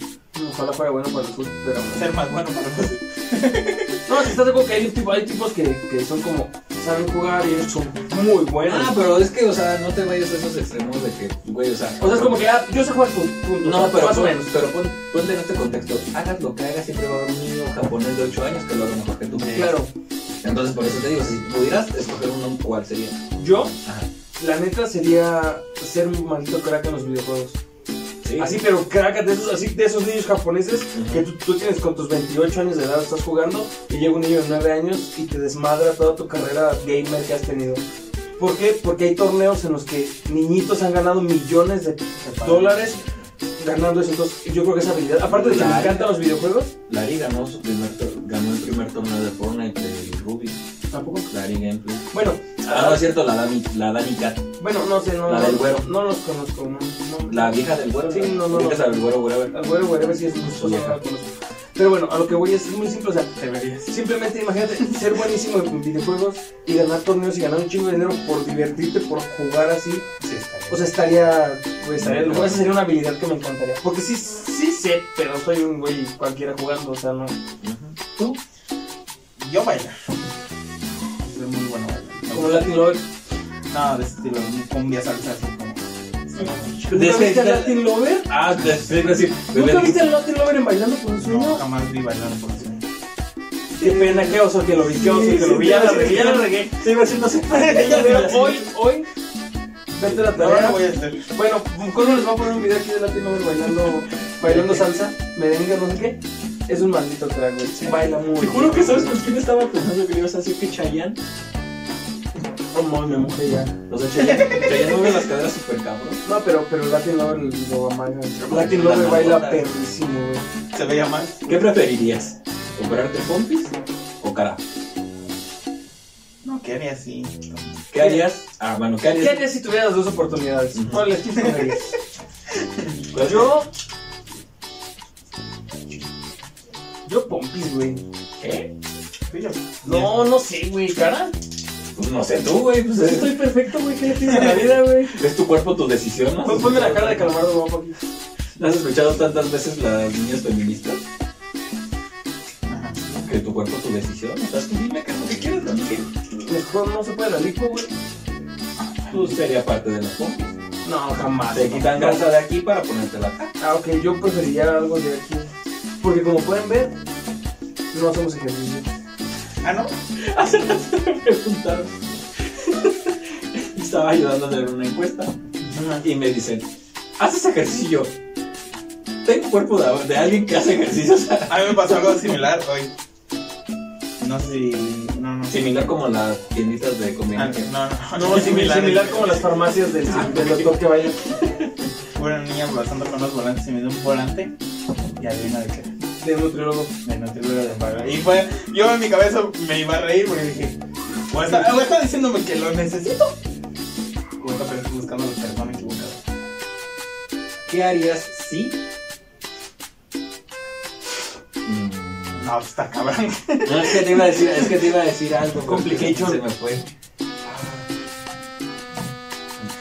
Speaker 3: Ojalá fuera bueno para el fútbol, pero...
Speaker 4: Ser más bueno para los
Speaker 3: No, es que estás de acuerdo que hay, un tipo, hay tipos que, que son como... Saben jugar y ellos son muy buenos.
Speaker 2: Ah, pero es que, o sea, no te vayas a esos extremos de que, güey, o sea.
Speaker 3: o sea, es como que ah, yo sé jugar fútbol, punto. O
Speaker 2: No,
Speaker 3: sea,
Speaker 2: pero,
Speaker 3: Más o
Speaker 2: pon-
Speaker 3: menos.
Speaker 2: pero pon- ponte en este contexto. Hagas lo que hagas, siempre va a haber un niño japonés de 8 años que lo haga mejor que tú.
Speaker 3: Claro,
Speaker 2: Entonces, por eso te digo, si pudieras escoger uno, ¿cuál sería?
Speaker 3: yo,
Speaker 2: Ajá.
Speaker 3: la neta, sería ser un maldito crack en los videojuegos.
Speaker 2: Sí.
Speaker 3: Así, pero crack de esos, así, de esos niños japoneses
Speaker 2: Ujú.
Speaker 3: que tú, tú tienes con tus 28 años de edad, estás jugando y llega un niño de 9 años y te desmadra toda tu carrera gamer que has tenido. ¿Por qué? Porque hay torneos en los que niñitos han ganado millones de dólares ganando eso. Entonces, yo creo que esa habilidad, aparte de que me
Speaker 2: Claro.
Speaker 3: encantan los videojuegos,
Speaker 2: Larry ganó, su primer tor- ganó el primer torneo de Fortnite de Ruby.
Speaker 3: tampoco.
Speaker 2: Larry Gameplay.
Speaker 3: Bueno,
Speaker 2: Ah, no es cierto, la Dani, la Dani Cat.
Speaker 3: bueno, no sé, no,
Speaker 2: La del güero.
Speaker 3: no, no los conozco. No, no.
Speaker 2: La vieja del güero.
Speaker 3: Sí, no, no,
Speaker 2: Ubicas
Speaker 3: no.
Speaker 2: al güero, güero,
Speaker 3: Ah,
Speaker 2: güero.
Speaker 3: Güero, güero, sí es gustoso, no la conozco. Pero bueno, a lo que voy es muy simple, o sea, Simplemente imagínate ser buenísimo en videojuegos y ganar torneos y ganar un chingo de dinero por divertirte, por jugar así.
Speaker 4: Sí, está bien.
Speaker 3: O sea, estaría. Pues, estaría loco. Esa sería una habilidad que me encantaría. Porque sí, sí sé, pero soy un güey cualquiera jugando, o sea, no.
Speaker 2: Ujú.
Speaker 4: tú. Yo bailar. Soy muy bueno bailando.
Speaker 3: Como Latin Lover.
Speaker 4: No, de estilo cumbia salsa así como.
Speaker 3: ¿Nunca
Speaker 2: Desde-
Speaker 3: viste al Latin Lover?
Speaker 2: Ah, te te iba a decir.
Speaker 3: ¿Nunca
Speaker 2: bebé,
Speaker 3: viste al Latin Lover en bailando con un
Speaker 4: No,
Speaker 3: sueño?
Speaker 4: jamás vi bailar por eso.
Speaker 3: Qué pena, qué oso que lo vi, qué oso
Speaker 2: Sí,
Speaker 3: que
Speaker 2: sí,
Speaker 3: lo vi. Ya
Speaker 2: sí,
Speaker 3: la
Speaker 2: sí,
Speaker 3: regué,
Speaker 2: sí.
Speaker 3: ya la regué.
Speaker 2: Te iba a decir, no sé.
Speaker 3: Pero hoy, hoy. Vete la
Speaker 4: Ahora
Speaker 3: tarea.
Speaker 4: voy a hacer.
Speaker 3: Bueno, Cono les va a poner un video aquí de Latin Lover bailando, bailando salsa, merengue, no sé qué. Es un maldito crack, güey. Baila muy
Speaker 2: Te juro que sabes con quién estaba pensando que le ibas a decir que Chayanne.
Speaker 3: Oh, no, me mojé ya.
Speaker 2: O sea, Chayanne, Chayanne mueve las caderas super cabrón.
Speaker 3: No, pero, pero Latin Lover lo amaga. Latin
Speaker 2: La
Speaker 3: Lover baila
Speaker 2: mamota.
Speaker 3: perrísimo, güey.
Speaker 4: Se veía más.
Speaker 2: ¿Qué preferirías? ¿Comprarte pompis o cara?
Speaker 4: No, ¿qué haría así?
Speaker 2: ¿Qué harías? Ah, bueno, ¿qué
Speaker 3: ¿Qué
Speaker 2: harías?
Speaker 3: harías si tuvieras dos oportunidades?
Speaker 2: Ujú.
Speaker 3: ¿Cuál es tu preferirías?
Speaker 2: ¿Cuál-
Speaker 3: Yo. Yo pompis, güey.
Speaker 2: ¿Qué?
Speaker 4: Fui yo.
Speaker 3: No, no sé, güey, cara.
Speaker 2: No sé tú, güey. Pues es,
Speaker 3: Estoy perfecto, güey. ¿Qué le pides a la vida, güey?
Speaker 2: es tu cuerpo, tu decisión. ¿no?
Speaker 3: Pues ponme la cara de calamardo guapo aquí.
Speaker 2: ¿Has escuchado tantas veces las niñas feministas?
Speaker 4: Ajá.
Speaker 2: Que tu cuerpo, tu decisión. O sea, tú dime qué es lo que quieres también.
Speaker 3: Mejor no se puede la lipo, güey.
Speaker 2: Tú sería parte de las pompis.
Speaker 3: No, jamás.
Speaker 2: Te quitan
Speaker 3: No.
Speaker 2: grasa de aquí para ponértela acá.
Speaker 3: Ah, ok, yo preferiría algo de aquí. Porque como pueden ver, no hacemos ejercicio.
Speaker 4: Ah, no.
Speaker 2: Hace rato me preguntaron. Estaba ayudando a hacer una encuesta.
Speaker 4: Ajá.
Speaker 2: y me dicen, ¿haces ejercicio? Tengo cuerpo de, de alguien que hace ejercicios
Speaker 4: A mí me pasó algo similar hoy. No sé si. No, no.
Speaker 2: similar como las tienditas de
Speaker 4: Ah,
Speaker 2: conveniencia.
Speaker 4: no, no,
Speaker 3: No, similar, Ah, similar como las farmacias del, del doctor que vaya.
Speaker 4: Una niña pasando con los volantes y me dio un volante. Y adivina de qué.
Speaker 3: De nutriólogo.
Speaker 4: De nutriólogo de pagar. Y fue. Yo en mi cabeza me iba a reír porque dije. O está, o está diciéndome que lo necesito. O está pero estoy buscando la persona equivocada.
Speaker 2: ¿Qué harías si? Mm,
Speaker 4: No, pues está cabrón.
Speaker 2: No, es que te iba a decir, es que te iba a decir algo. pero
Speaker 3: Complication.
Speaker 2: Se me fue.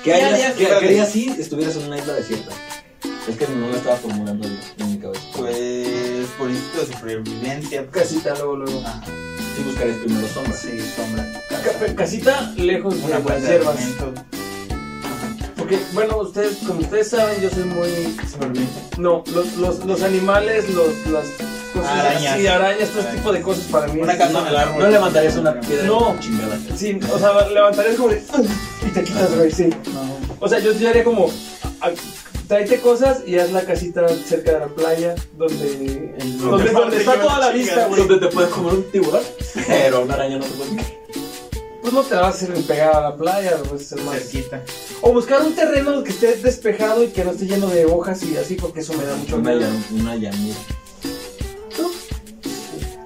Speaker 4: ¿Qué
Speaker 2: ¿Qué harías,
Speaker 4: harías?
Speaker 2: qué,
Speaker 4: Espérate.
Speaker 2: qué harías si estuvieras en una isla desierta? Es que no lo estaba formulando bien en mi cabeza.
Speaker 4: Pues. Por instinto de supervivencia.
Speaker 3: Casita, luego, luego.
Speaker 4: Ah, pues
Speaker 2: Sí buscarías primero sombra.
Speaker 4: sí, sombra.
Speaker 3: Ca- casita lejos de
Speaker 4: Una
Speaker 3: las
Speaker 4: buena
Speaker 3: hierbas.
Speaker 4: herramienta.
Speaker 3: Porque, bueno, ustedes, como ustedes saben, yo soy muy.
Speaker 4: Supervivencia.
Speaker 3: No, los, los, los animales, los, las cosas
Speaker 4: Arañas.
Speaker 3: así, arañas, todo ese
Speaker 4: Arañas.
Speaker 3: tipo de cosas para mí.
Speaker 4: Una
Speaker 3: es-
Speaker 4: casa en el árbol.
Speaker 2: No levantarías una piedra
Speaker 3: No.
Speaker 2: chingada.
Speaker 3: Sí, o sea, levantarías como de, "Ugh", y te quitas, güey, sí.
Speaker 4: No.
Speaker 3: O sea, yo, yo haría como, a- tráete cosas y haz la casita cerca de la playa, donde,
Speaker 4: El-
Speaker 3: donde,
Speaker 4: donde
Speaker 3: donde está
Speaker 4: llevan
Speaker 3: toda la
Speaker 4: chicas,
Speaker 3: vista, güey.
Speaker 2: Donde te puedes comer un tiburón, pero una araña no te puede comer.
Speaker 3: Pues no te vas a hacer pegada a la playa, pues es más.
Speaker 4: Cerquita.
Speaker 3: O buscar un terreno que esté despejado y que no esté lleno de hojas y así, porque eso me da mucho
Speaker 2: Una,
Speaker 3: miedo.
Speaker 2: llan- una llanura.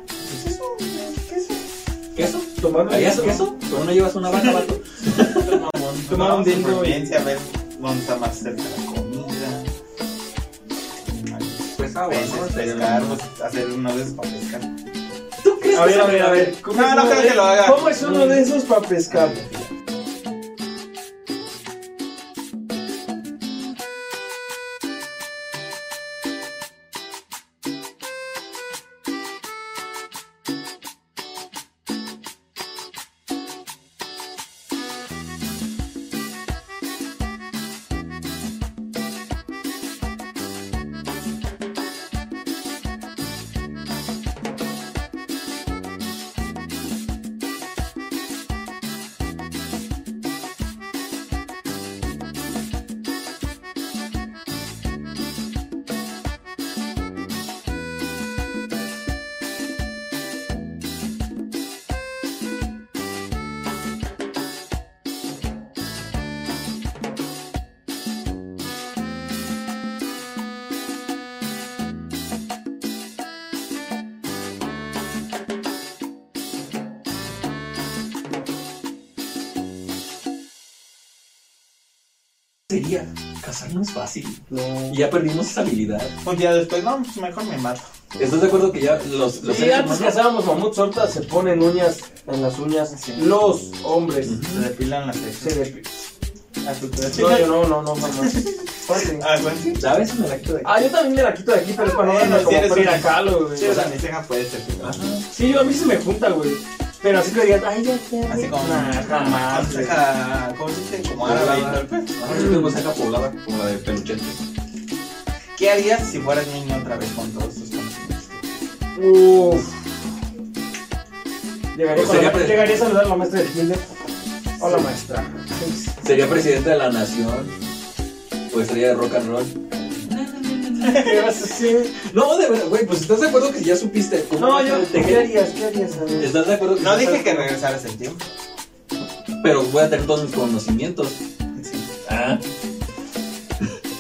Speaker 4: Pues eso, ¿Qué es eso?
Speaker 2: ¿Queso?
Speaker 3: Tomar un
Speaker 2: ¿Harías queso? ¿Pero no llevas una vaca, vato?
Speaker 3: Tomar un dildo y-
Speaker 4: Supervivencia, a ver dónde está más cerca la comida.
Speaker 2: Pues agua,
Speaker 4: Peces,
Speaker 2: ¿no?
Speaker 4: pescar, pues, hacer uno de esos para pescar.
Speaker 2: ¿Tú crees
Speaker 3: A ver, a ver, a ver. ¿cómo
Speaker 4: No,
Speaker 3: es
Speaker 4: no
Speaker 3: uno
Speaker 4: creo
Speaker 3: de-
Speaker 4: que lo haga.
Speaker 3: ¿Cómo es uno de esos para pescar?
Speaker 2: sería? Cazar no es fácil.
Speaker 4: No.
Speaker 2: Y ya perdimos esa habilidad.
Speaker 4: Un día después, no, pues mejor me mato.
Speaker 2: ¿Estás de acuerdo que ya los, los
Speaker 3: Sí, antes cazábamos mamuts, ahorita se ponen uñas en las uñas.
Speaker 4: Sí.
Speaker 3: Los hombres
Speaker 4: Se depilan las sexos.
Speaker 3: se depilan.
Speaker 4: A tu
Speaker 3: No, yo no, no, no, jamás. Ponte.
Speaker 4: Ah, bueno, sí.
Speaker 2: ¿Sabes? Me la quito de
Speaker 3: Ah, yo también me la quito de aquí, pero es para no darme
Speaker 4: Bueno, si
Speaker 3: como
Speaker 4: eres
Speaker 3: frida
Speaker 4: una-
Speaker 3: Kahlo, güey.
Speaker 4: Sí, o sea, mi ceja puede ser.
Speaker 3: Ah,
Speaker 2: Ah,
Speaker 4: Ajá.
Speaker 3: Sí, yo a mí se me junta, güey. Pero así que digas, ay, ya, ya.
Speaker 4: Así como.
Speaker 3: Nah, jamás.
Speaker 4: Con
Speaker 3: güey.
Speaker 4: ceja. ¿Cómo se dice? Como árabe y pues. todo el
Speaker 3: pues.
Speaker 4: pedo.
Speaker 2: Ahora yo tengo saca poblada como la de peluchete.
Speaker 4: ¿Qué harías si fueras niño otra vez con todos tus conocimientos?
Speaker 3: Uf. Llegaría,
Speaker 2: Pues
Speaker 3: con
Speaker 2: sería
Speaker 3: la-
Speaker 2: pre-
Speaker 3: llegaría a saludar a la maestra del kinder. Hola, maestra.
Speaker 2: Sería presidente de la nación. O estaría de rock and roll.
Speaker 3: ¿Qué vas a hacer?
Speaker 2: No, de verdad, güey, pues estás de acuerdo que ya supiste cómo
Speaker 3: No,
Speaker 2: hacer
Speaker 3: yo,
Speaker 2: el
Speaker 3: ¿qué
Speaker 2: tequila?
Speaker 3: harías? ¿Qué harías? A ver.
Speaker 2: ¿Estás de acuerdo que
Speaker 4: No
Speaker 2: estás de
Speaker 4: dije que
Speaker 2: acuerdo?
Speaker 4: regresaras el tiempo.
Speaker 2: Pero voy a tener todos mis conocimientos.
Speaker 4: Sí.
Speaker 2: Ah.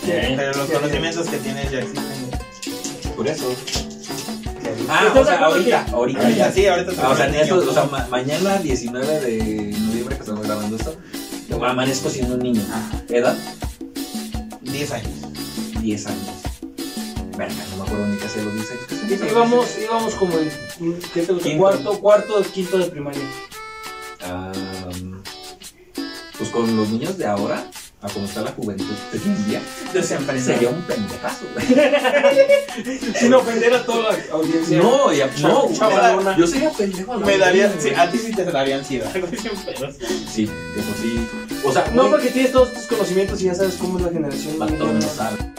Speaker 4: Pero los
Speaker 3: ¿Qué harías?
Speaker 4: conocimientos que tienes ya existen.
Speaker 2: Por eso.
Speaker 4: ¿Qué harías?
Speaker 2: Ah,
Speaker 3: ¿Estás
Speaker 2: o
Speaker 3: de acuerdo
Speaker 2: sea, ahorita,
Speaker 3: que-
Speaker 2: ahorita
Speaker 4: Ahorita
Speaker 2: ya.
Speaker 4: sí, ahorita
Speaker 2: Ah, o sea, en
Speaker 4: niño.
Speaker 2: estos- o sea, ma- mañana 19 de noviembre que estamos grabando esto, yo amanezco siendo un niño.
Speaker 4: Ajá.
Speaker 2: Edad
Speaker 4: 10 años.
Speaker 2: 10 años. Verga, no me acuerdo ni qué hacía a los 10 años. ¿Qué hacía a los 10 años?
Speaker 3: Íbamos, íbamos como en ¿qué te gusta?
Speaker 2: Quinto.
Speaker 3: cuarto, cuarto, quinto de primaria.
Speaker 2: Ah, pues con los niños de ahora, a como está la juventud de hoy en día, sería un pendejazo, güey.
Speaker 3: Sin ofender a toda la audiencia.
Speaker 2: No, ya, no,
Speaker 4: Chao,
Speaker 2: güey.
Speaker 3: chavalona.
Speaker 2: yo sería pendejo. a la
Speaker 4: Me daría,
Speaker 2: vez,
Speaker 4: sí,
Speaker 2: güey.
Speaker 4: a ti sí te daría ansiedad.
Speaker 2: Sí, de por sí. O sea,
Speaker 3: No,
Speaker 2: güey,
Speaker 3: porque tienes todos tus conocimientos y ya sabes cómo es la generación.
Speaker 2: Patón no sabe.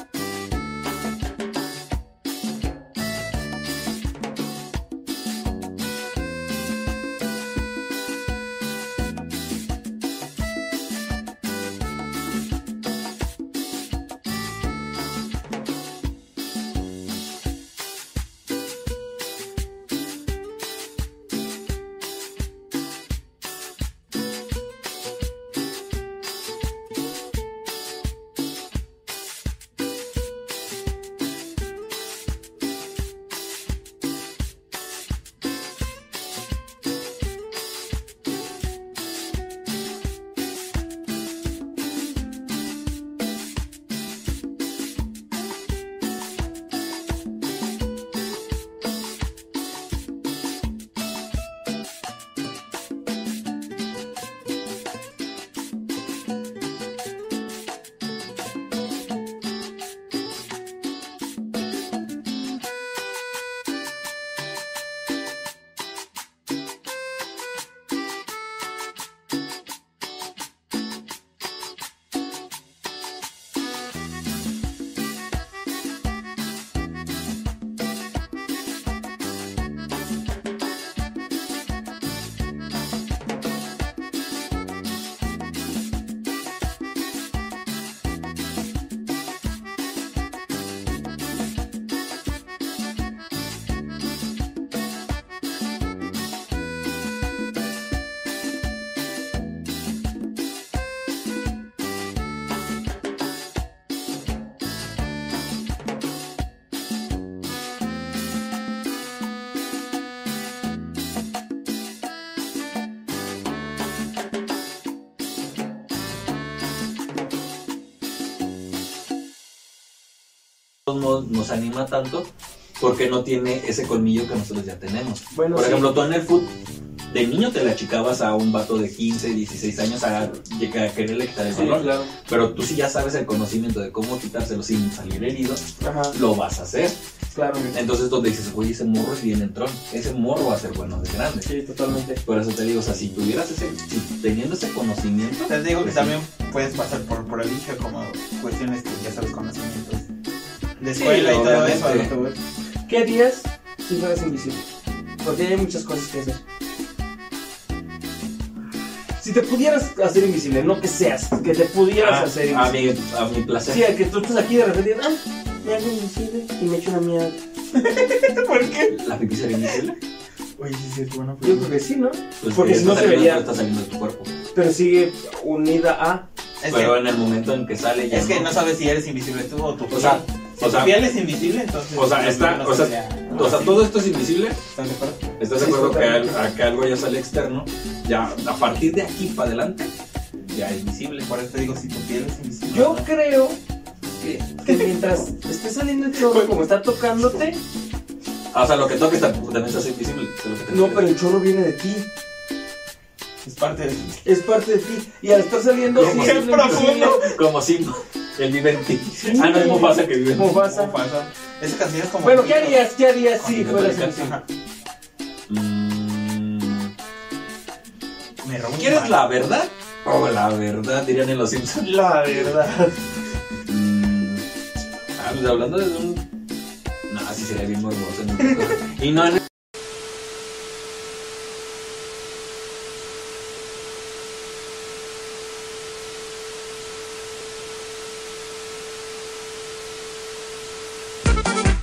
Speaker 2: todos modos nos anima tanto porque no tiene ese colmillo que nosotros ya tenemos.
Speaker 3: Bueno,
Speaker 2: Por
Speaker 3: sí.
Speaker 2: ejemplo, tú en el foot, de niño te la achicabas a un vato de 15, 16 años a, llegar a quererle quitar el
Speaker 3: Sí,
Speaker 2: valor.
Speaker 3: claro.
Speaker 2: Pero tú si ya sabes el conocimiento de cómo quitárselo sin salir herido,
Speaker 3: Ajá,
Speaker 2: lo vas a hacer.
Speaker 3: claro.
Speaker 2: Entonces donde dices, oye, ese morro es bien entrón, ese morro va a ser bueno de grande.
Speaker 3: Sí, totalmente.
Speaker 2: Por eso te digo, o sea, si tuvieras ese, si teniendo ese conocimiento,
Speaker 4: Te digo que
Speaker 2: pues,
Speaker 4: también puedes pasar por prodigio como cuestiones que ya sabes conocimientos de
Speaker 2: Sí,
Speaker 4: escuela y todo eso.
Speaker 2: obviamente.
Speaker 4: ¿no?
Speaker 3: ¿Qué harías si fueras invisible? Porque hay muchas cosas que hacer. Si te pudieras hacer invisible, no que seas, que te pudieras
Speaker 2: ah,
Speaker 3: hacer
Speaker 2: a,
Speaker 3: invisible.
Speaker 2: mi, a mi placer.
Speaker 3: Sí, a que tú estás aquí de repente, ah, me hago invisible y me echo una mierda.
Speaker 4: ¿Por qué?
Speaker 2: La pipí sería invisible.
Speaker 4: Oye, sí, sí, es bueno.
Speaker 3: Yo creo que sí, ¿no?
Speaker 2: Pues,
Speaker 3: Porque
Speaker 2: está
Speaker 3: si no se
Speaker 2: saliendo-
Speaker 3: vería.
Speaker 2: Está saliendo de tu cuerpo.
Speaker 3: Pero sigue unida a.
Speaker 4: Es
Speaker 2: pero
Speaker 4: que,
Speaker 2: en el momento en que sale ya
Speaker 4: es que no sabes si eres invisible tú o tu
Speaker 2: O sea,
Speaker 4: piel.
Speaker 2: o
Speaker 4: Si tu
Speaker 2: sea-
Speaker 4: piel es invisible, entonces.
Speaker 2: o sea, está- o sea, O sea, todo esto es invisible.
Speaker 4: ¿Estás de acuerdo?
Speaker 2: ¿Estás de
Speaker 3: Sí,
Speaker 2: acuerdo que,
Speaker 3: totalmente.
Speaker 2: al- a que algo ya sale externo? Ya a partir de aquí para adelante ya es visible.
Speaker 4: Por eso te digo, si tu piel es invisible.
Speaker 3: Yo creo
Speaker 2: ¿Qué?
Speaker 3: que mientras esté saliendo el chorro, como está tocándote,
Speaker 2: Ah, O sea, lo que toques tam- también se hace invisible. es lo que te
Speaker 3: no,
Speaker 2: refieres.
Speaker 3: pero el chorro viene de ti.
Speaker 4: Es parte de.
Speaker 3: Es parte de ti. Y al estar saliendo.
Speaker 2: Como-
Speaker 3: sí, es
Speaker 4: ¡Qué
Speaker 3: lo
Speaker 4: profundo!
Speaker 3: invisible.
Speaker 2: Como Simba, él vive en ti. Ah, no, es Mufasa que vive en ti.
Speaker 3: Como pasa.
Speaker 4: ¿Cómo pasa? Esa canción es como.
Speaker 3: Bueno, ¿qué harías? ¿Qué harías si
Speaker 2: Cuando
Speaker 3: fueras
Speaker 2: te
Speaker 3: invisible?
Speaker 4: Ajá.
Speaker 2: Mm,
Speaker 4: Me robó un
Speaker 2: ¿Quieres
Speaker 4: pan.
Speaker 2: la verdad? O la verdad, dirían en los Simpsons.
Speaker 4: La verdad.
Speaker 2: Mm, ah, pues hablando de un. No, sí sería bien morboso. ¿no? y no en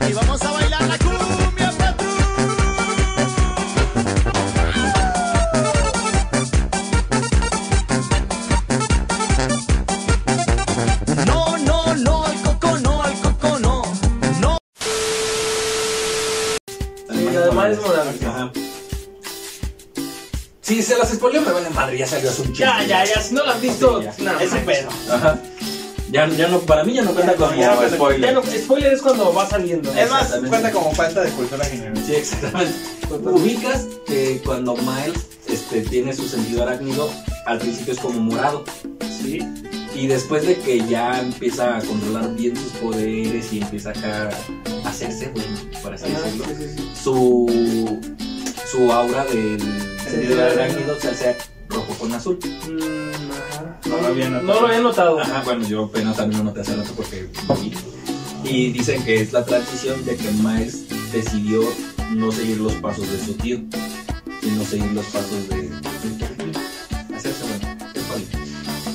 Speaker 5: Y vamos a bailar la cumbia patrón. No, no, no, al coco no, al coco no. No.
Speaker 3: Sí, además es moral.
Speaker 2: Ajá. Sí, se las spoileo, me vale madre, ya salió hace un chingo.
Speaker 3: Ya, ya, ya. Si no lo has visto,
Speaker 2: Sí, ya.
Speaker 3: nada
Speaker 4: Es un
Speaker 3: manches.
Speaker 4: pedo.
Speaker 2: Ajá. Ya, ya no, para mí ya no cuenta
Speaker 4: Ya no,
Speaker 2: como
Speaker 4: ya no cuenta-
Speaker 2: spoiler.
Speaker 3: Ya no, spoiler es cuando va saliendo.
Speaker 4: Es más,
Speaker 2: Exactamente.
Speaker 4: cuenta como falta de cultura general.
Speaker 2: Sí, exactamente. Ubicas que cuando Miles este, tiene su sentido arácnido, al principio es como morado.
Speaker 3: Sí.
Speaker 2: Y después de que ya empieza a controlar bien sus poderes y empieza acá a hacerse bueno, por así
Speaker 3: Ajá,
Speaker 2: decirlo,
Speaker 3: sí, sí, sí.
Speaker 2: su, su aura del sentido
Speaker 3: arácnido.
Speaker 2: arácnido se hace rojo con azul.
Speaker 3: Mm, ajá.
Speaker 4: No lo había notado.
Speaker 3: No lo había notado.
Speaker 2: Ajá, bueno, yo apenas también lo noté hace rato porque lo vi. Y dicen que es la transición de que Miles decidió no seguir los pasos de su tío, sino seguir los pasos de... Hacerse bueno, es válido.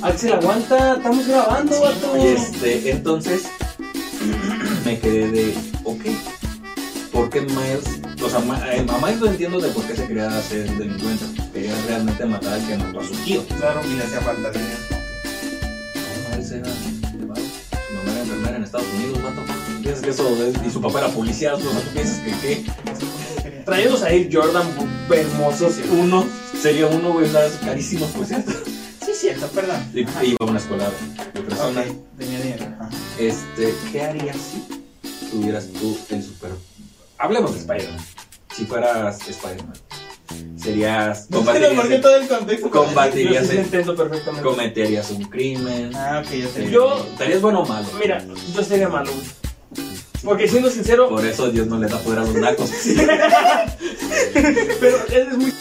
Speaker 3: Axel, aguanta. Estamos grabando, vato.
Speaker 2: Y este, entonces me quedé de, ok, ¿por qué Miles? O sea, Ma- eh, a Miles lo entiendo de por qué se quería hacer delincuente. Quería realmente matar al que mató a su tío.
Speaker 4: Claro, y le hacía falta de
Speaker 2: Miles era elevado. Su mamá era enfermera en Estados Unidos, vato. ¿Piensas que eso es- Y su papá era policía, o sea, ¿tú piensas que qué?
Speaker 3: Traídos a ir Jordan hermosísimo.
Speaker 2: Uno, sería uno, güey, nada, carísimo, por cierto.
Speaker 4: Sí, pues, cierto, perdón.
Speaker 2: Y
Speaker 4: Ajá.
Speaker 2: y iba a una escuela de personas.
Speaker 4: Ok, tenía dinero. ajá.
Speaker 2: Este, ¿qué harías si tuvieras tú el super? Hablemos de Spider-Man. Si fueras Spider-Man, serías.
Speaker 4: No sé por qué
Speaker 2: Combatirías,
Speaker 4: todo el
Speaker 3: Yo
Speaker 4: contexto.
Speaker 3: sí
Speaker 2: combatirías
Speaker 3: lo entiendo perfectamente.
Speaker 2: cometerías un crimen.
Speaker 4: Ah, ok, ya
Speaker 2: eh,
Speaker 4: sé.
Speaker 3: Yo-
Speaker 2: ¿Estarías bueno o malo?
Speaker 3: Mira, yo sería malo. güey. Porque siendo sincero,
Speaker 2: Por eso Dios no le da poder a los nacos.
Speaker 3: pero él es muy.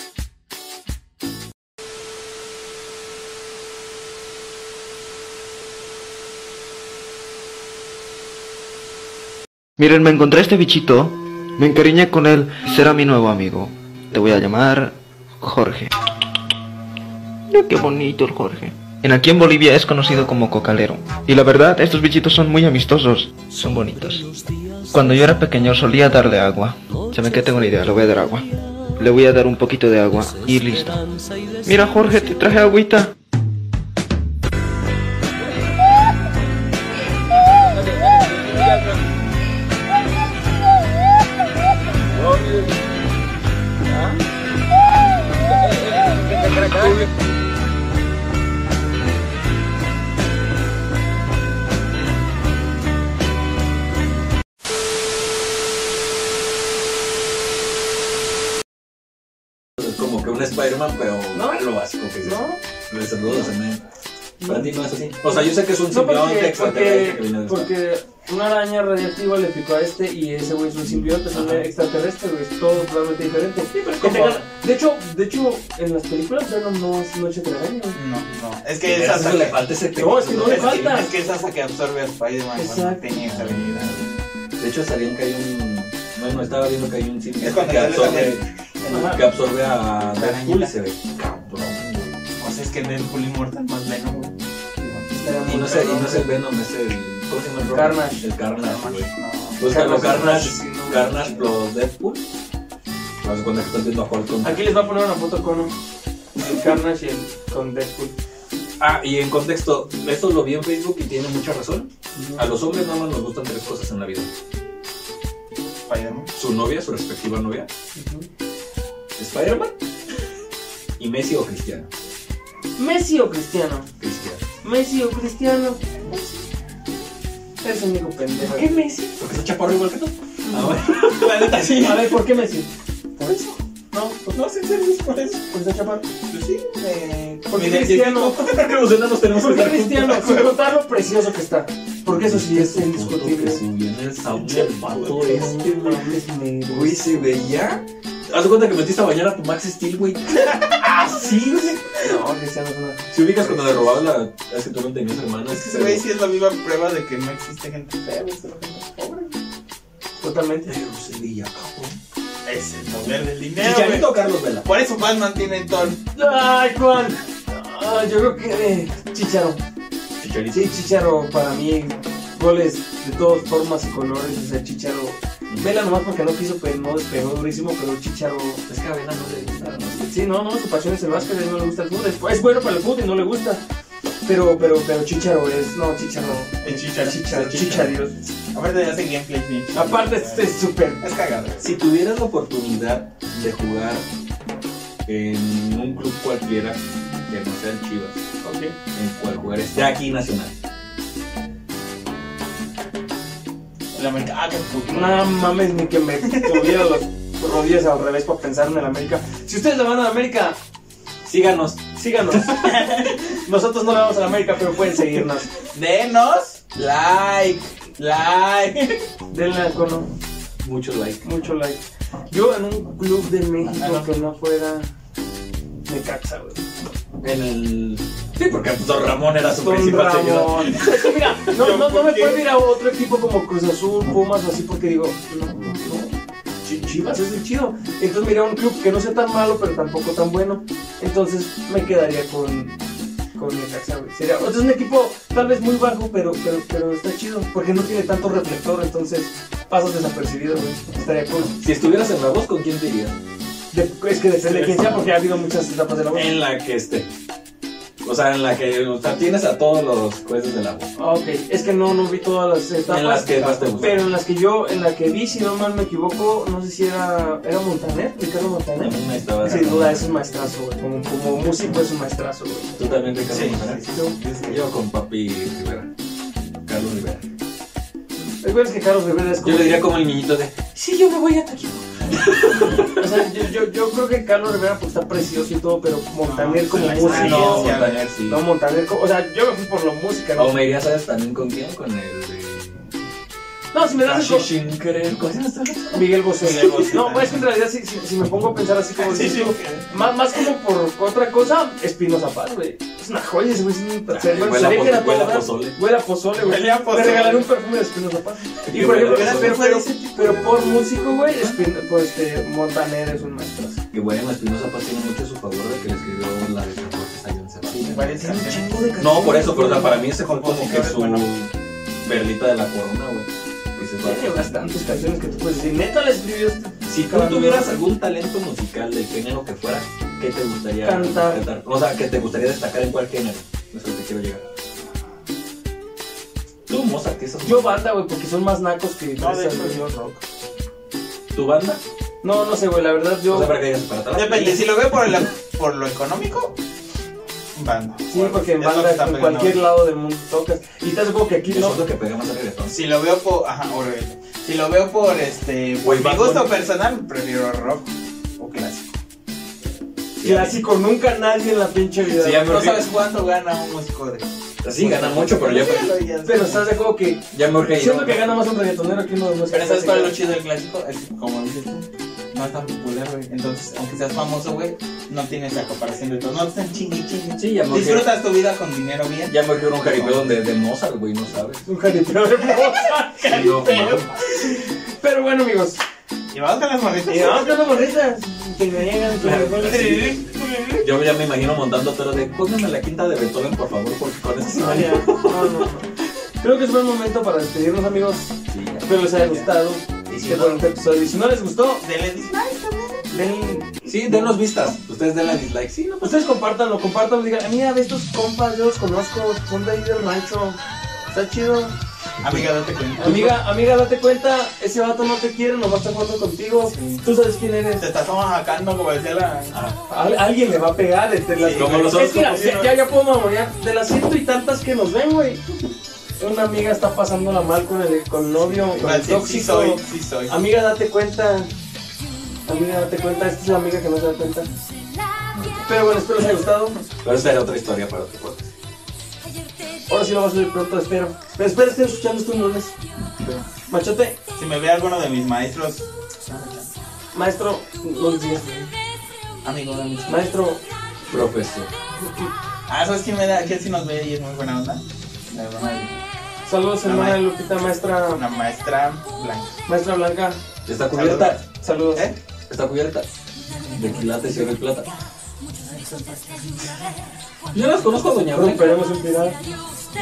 Speaker 6: Miren, me encontré este bichito, me encariñé con él, será mi nuevo amigo. Te voy a llamar Jorge. Mira qué bonito el Jorge. En aquí en Bolivia es conocido como cocalero. Y la verdad, estos bichitos son muy amistosos, son bonitos. Cuando yo era pequeño solía darle agua. ¿Saben qué? Tengo una idea, le voy a dar agua. Le voy a dar un poquito de agua y listo. Mira Jorge, te traje agüita.
Speaker 2: Spider-Man, pero
Speaker 3: No.
Speaker 2: lo básico que es.
Speaker 3: No,
Speaker 2: Les saludo también. Para ti no es así. O sea, yo sé que es
Speaker 3: no
Speaker 2: un simbionte
Speaker 3: porque,
Speaker 2: extraterrestre que viene
Speaker 3: porque,
Speaker 2: de
Speaker 3: porque una araña radiactiva le picó a este y ese güey es un simbionte, es un
Speaker 2: Ajá.
Speaker 3: extraterrestre, güey, es todo totalmente diferente. Que
Speaker 2: como-
Speaker 3: tengan- de hecho, de hecho, en las películas Venom no es noche de araña. güey.
Speaker 4: No, no. Es que es
Speaker 2: Eso
Speaker 4: hasta
Speaker 2: le
Speaker 4: que.
Speaker 2: falta ese
Speaker 3: No, es que no le
Speaker 4: es que-
Speaker 3: falta.
Speaker 4: Es que es hasta que absorbe a Spider-Man cuando
Speaker 3: Exacto.
Speaker 4: tenía esa habilidad.
Speaker 2: De hecho, sabían que hay un. Bueno, estaba viendo que hay un
Speaker 4: Es
Speaker 2: simbionte
Speaker 4: cuando
Speaker 2: que
Speaker 4: ya le
Speaker 2: absorbe,
Speaker 3: Ajá.
Speaker 2: que absorbe a Deadpool y
Speaker 4: arañita.
Speaker 2: se ve cabrón.
Speaker 4: O sea, Pues es que Deadpool inmortal más Venom, güey.
Speaker 3: Estaría
Speaker 2: Y
Speaker 3: muy
Speaker 2: no, es el, y
Speaker 3: cabrón,
Speaker 2: no es el Venom, es el. ¿Cómo se llama el Robin?
Speaker 3: Carnage.
Speaker 2: El Carnage, güey.
Speaker 4: No.
Speaker 2: Búscalo, Carnage.
Speaker 4: Sí, no,
Speaker 2: Carnage plus Deadpool. Vas a cuenta que estás viendo a Hulk con-
Speaker 3: Aquí les va a poner una foto con un- el Carnage y el, con Deadpool.
Speaker 2: Ah, y en contexto, esto lo vi en Facebook y tiene mucha razón. A los hombres nada más nos gustan tres cosas en la vida.
Speaker 4: Spider-Man.
Speaker 2: Su novia, su respectiva novia, Spider-Man y Messi o Cristiano.
Speaker 3: Messi o Cristiano.
Speaker 2: Cristiano.
Speaker 3: Messi o Cristiano. Eres un único pendejo.
Speaker 4: ¿Qué Messi?
Speaker 2: Porque está chaparro igual que tú.
Speaker 3: Mm.
Speaker 2: Ah, bueno.
Speaker 4: La neta sí.
Speaker 3: A ver, ¿por qué Messi?
Speaker 4: Por eso.
Speaker 3: No,
Speaker 4: Pues no, en serio, es por eso.
Speaker 3: por esa chapa.
Speaker 4: Pues sí, eh.
Speaker 3: ¿Por qué
Speaker 4: me
Speaker 3: Cristiano?
Speaker 4: identifico.
Speaker 2: Los enanos tenemos que
Speaker 3: ¿Por qué
Speaker 2: estar juntos.
Speaker 3: Cristiano? Sin contar lo precioso que está. Porque eso sí es
Speaker 2: Este
Speaker 3: indiscutible.
Speaker 2: puto que subió en el Saúl,
Speaker 4: Pinche
Speaker 2: el vato
Speaker 4: puto.
Speaker 2: este,
Speaker 3: No
Speaker 2: güey.
Speaker 3: mames, me-
Speaker 2: Güey, se veía. Haz de cuenta que metiste a bañar a tu Max Steel, güey. Así, güey.
Speaker 3: No, Cristiano es una.
Speaker 2: Si ubicas cuando le robabas la. Es que tú no tenías hermanas.
Speaker 4: Es que ese güey sí es la viva prueba de que no existe gente fea, güey, solo gente pobre.
Speaker 3: Totalmente.
Speaker 2: Pero se veía, cabrón.
Speaker 4: Es el poder del dinero, güey.
Speaker 2: Chicharito o Carlos Vela.
Speaker 4: Por eso Batman tiene todo.
Speaker 3: Ay, Juan. Ah, yo creo que. eh, Chicharo.
Speaker 2: Chicharito.
Speaker 3: Sí, Chicharo para mí. Goles de todas formas y colores. O sea, Chicharo. Vela nomás porque no quiso, pero no despegó durísimo. Pero Chicharo.
Speaker 2: Es que a Vela no le gusta. ¿no?
Speaker 3: Sí, no, no, su pasión es el básquet, a él no le gusta el fútbol. Es, es bueno para el fútbol y no le gusta. Pero, pero, pero Chicharo es. No, Chicharo.
Speaker 4: El chichar.
Speaker 3: Chicharo,
Speaker 4: Chichar,
Speaker 3: Chicharo. Dios.
Speaker 4: Aparte de hacer gameplay, pinche.
Speaker 3: Aparte, este es súper.
Speaker 4: Es cagado.
Speaker 2: Si tuvieras la oportunidad de jugar en un club cualquiera que no sea el Chivas, en cual jugares de aquí nacional.
Speaker 4: La América. Ah, qué puto.
Speaker 3: No mames, ni que me tuviera los rodillas al revés para pensar en el América. Si ustedes le van a la América,
Speaker 2: Síganos.
Speaker 3: síganos. Nosotros no le vamos a la América, pero pueden seguirnos.
Speaker 4: Denos like. Like.
Speaker 3: Denle al cono,
Speaker 2: Mucho like.
Speaker 3: mucho like. Yo en un club de México que no fuera de Caxa, güey.
Speaker 2: En el. Sí, porque Don Ramón era su
Speaker 3: Don
Speaker 2: principal seguidor.
Speaker 3: Ramón. Es que Pues mira, no, no, no me puedo ir a otro equipo como Cruz Azul, Pumas o así porque digo, no, no, Chi- Chivas es el chido. Entonces miré a un club que no sea tan malo, pero tampoco tan bueno. Entonces me quedaría con con Necaxa, güey. Sería, o sea, es un equipo tal vez muy bajo, pero, pero, pero está chido, porque no tiene tanto reflector, entonces pasas desapercibido, güey. Estaría cool.
Speaker 2: Si estuvieras en la voz, ¿con quién te irías?
Speaker 3: De- es que depende de quién sea, porque ha habido muchas etapas de la voz.
Speaker 2: En la que esté. O sea, en la que. O sea, tienes a todos los jueces de la voz.
Speaker 3: Ah, Ok, es que no, no vi todas las etapas.
Speaker 2: En las que más te gusta.
Speaker 3: Pero en las que yo, en la que vi, si no mal me equivoco, no sé si era, era Montaner, Ricardo Montaner.
Speaker 2: También ahí estaba.
Speaker 3: Sin duda es un maestrazo, güey. Como, como músico es un maestrazo, güey.
Speaker 2: Tú también, Ricardo.
Speaker 4: Sí.
Speaker 2: Montaner? Yo con papi Rivera. Carlos Rivera.
Speaker 3: El güey es que Carlos Rivera es como.
Speaker 2: Yo le diría como el niñito de.
Speaker 3: Sí, yo me voy a Taquito. o sea, yo, yo, yo creo que Carlos Rivera pues, está precioso y todo, pero Montaner
Speaker 4: No,
Speaker 3: como
Speaker 4: la
Speaker 3: músico.
Speaker 4: experiencia,
Speaker 2: Ah, no,
Speaker 3: No,
Speaker 2: Montaner sí.
Speaker 3: Montaner como. O sea, yo me fui por la música, ¿no?
Speaker 2: O me iría, ¿sabes también con quién? Con el de.
Speaker 3: No, si me
Speaker 2: Ah,
Speaker 3: das el.
Speaker 2: Sin querer, ¿cómo se llama esta vez?
Speaker 3: Miguel Bosé.
Speaker 4: Miguel Bosé.
Speaker 3: No, pues es que en realidad, si, si, si me pongo a pensar así como.
Speaker 4: Sí, sí.
Speaker 3: dices tú, Más, más como por otra cosa, Espinosa Paz, güey. Es una joya ese güey. Es un placer.
Speaker 2: Huele a
Speaker 3: sabía que era
Speaker 2: po- huele a
Speaker 3: todo, ¿verdad?
Speaker 2: pozole.
Speaker 3: Huele a pozole, güey.
Speaker 4: Huele a pozole.
Speaker 3: Me regalaron un perfume de Espinosa Paz. Y por
Speaker 2: Huele a
Speaker 3: ejemplo,
Speaker 2: pozole.
Speaker 3: pero, pero, pero por músico, güey, Espin- pues este, Montaner es un maestro.
Speaker 2: Que bueno, Espinosa Paz tiene mucho a su favor de que le escribió la de San Jorge Sayón Sebastián.
Speaker 4: Varias canciones.
Speaker 2: No, por eso, pero o sea, para mí ese fue como que
Speaker 4: Compositores,
Speaker 2: su
Speaker 4: bueno.
Speaker 2: perlita de la corona, güey. Dices, va.
Speaker 3: Tiene bastantes canciones que tú puedes decir. Neta le escribió este.
Speaker 2: Si tú
Speaker 3: Cabrón.
Speaker 2: tuvieras algún talento musical del género que fuera, ¿qué te gustaría
Speaker 3: Cantar.
Speaker 2: O sea, ¿qué te gustaría destacar en cuál género? Eso es lo que quiero llegar. Tú, Mozart, ¿qué estás
Speaker 3: Yo banda, güey, porque son más nacos que.
Speaker 4: No, de
Speaker 3: fresas,
Speaker 4: hecho,
Speaker 3: güey.
Speaker 4: yo rock.
Speaker 2: ¿Tu banda?
Speaker 3: no, no sé, güey, la verdad yo.
Speaker 2: O sea, para que digas, para tal.
Speaker 4: Depende, si lo veo por, el- por lo económico, banda.
Speaker 3: Sí, porque en
Speaker 4: Es lo que
Speaker 3: banda
Speaker 4: está
Speaker 3: en
Speaker 4: pegando
Speaker 3: cualquier
Speaker 4: ahora.
Speaker 3: lado del mundo tocas. Y te supongo que aquí
Speaker 2: Yo
Speaker 3: no.
Speaker 2: siento que pega más al reggaetón.
Speaker 4: Si lo veo por. Ajá, o reggaetón. Si lo veo por este.
Speaker 2: Güey,
Speaker 4: Por mi
Speaker 2: Bad
Speaker 4: gusto
Speaker 2: Bunny.
Speaker 4: personal, prefiero rock o clásico.
Speaker 2: Sí,
Speaker 3: Clásico, nunca nadie en la pinche vida.
Speaker 2: Sí, ya me
Speaker 4: No
Speaker 2: urge.
Speaker 4: sabes cuánto gana un músico de.
Speaker 2: Sí, gana mucho, pero ya,
Speaker 3: Pero estás de acuerdo que
Speaker 2: ya me urge ir.
Speaker 3: siento que gana más un reggaetonero que uno de los
Speaker 4: Pero ¿sabes cuál es lo chido del clásico? Es que, como dices tú, no es tan popular, güey. Entonces, aunque seas famoso, güey, no tienes la comparación de todo. No están chingue, chingue.
Speaker 2: Sí, ya me urge.
Speaker 4: Disfrutas tu vida con dinero bien.
Speaker 2: Ya me urge un jaripeo de, de Mozart, güey, no sabes.
Speaker 3: Un jaripeo de Mozart.
Speaker 2: Y yo,
Speaker 3: Pero bueno, amigos.
Speaker 4: Y vamos a las morritas.
Speaker 3: Y vamos con las morritas. Que me llegan con las morritas.
Speaker 2: yo ya me imagino montando todo de pónganme la quinta de Beethoven, por favor, porque con eso sí
Speaker 3: No, ya. No, no, no. Creo que es buen momento para despedirnos, amigos.
Speaker 2: Sí, ya.
Speaker 3: Espero les haya gustado.
Speaker 2: Y si
Speaker 3: Qué
Speaker 2: no-
Speaker 3: bueno que episodio. Y si no les gustó,
Speaker 4: Dele dislike también.
Speaker 3: den
Speaker 2: Sí, denos vistas. Ustedes denle dislike. Sí, no pasa
Speaker 3: Ustedes compártanlo, compártanlo, digan, mira, ve estos compas, yo los conozco, son de ahí del rancho, está chido.
Speaker 4: Amiga, date cuenta.
Speaker 3: Amiga, amiga, date cuenta, ese vato no te quiere, nomás está jugando contigo, tú sabes quién eres.
Speaker 4: Te estás amajacando, como decía la.
Speaker 3: Al- alguien le va a pegar entre las...
Speaker 2: Sí, como los
Speaker 3: es
Speaker 2: otros
Speaker 3: que mira,
Speaker 2: compañeros.
Speaker 3: ya, ya puedo mamonear, de las ciento y tantas que nos ven, güey. Una amiga está pasándola mal con el, con el novio, con el
Speaker 4: Sí, sí
Speaker 3: tóxico.
Speaker 4: soy, sí soy.
Speaker 3: Amiga, date cuenta. Amiga, date cuenta, esta es la amiga que no se da cuenta. Pero bueno, espero les haya gustado.
Speaker 2: Pero esta era otra historia para otro podcast.
Speaker 3: Ahora sí lo vas a subir pronto, espero. Pero espero estén escuchando estos lunes. Machote,
Speaker 4: Si me ve alguno de mis maestros,
Speaker 3: maestro, buenos días.
Speaker 4: amigo de mis
Speaker 3: Maestro,
Speaker 2: Profesor.
Speaker 4: Ah, ¿sabes quién, me da? quién sí nos ve y es muy buena onda? La hermana de-
Speaker 3: saludos hermana Lupita, maestra,
Speaker 4: Una maestra blanca.
Speaker 3: maestra Blanca,
Speaker 2: Está cubierta.
Speaker 3: saludos.
Speaker 4: ¿Eh?
Speaker 2: Está cubierta. De quilates y oro y plata. Yo las conozco a Doña Blanca.
Speaker 3: Romperemos un pilar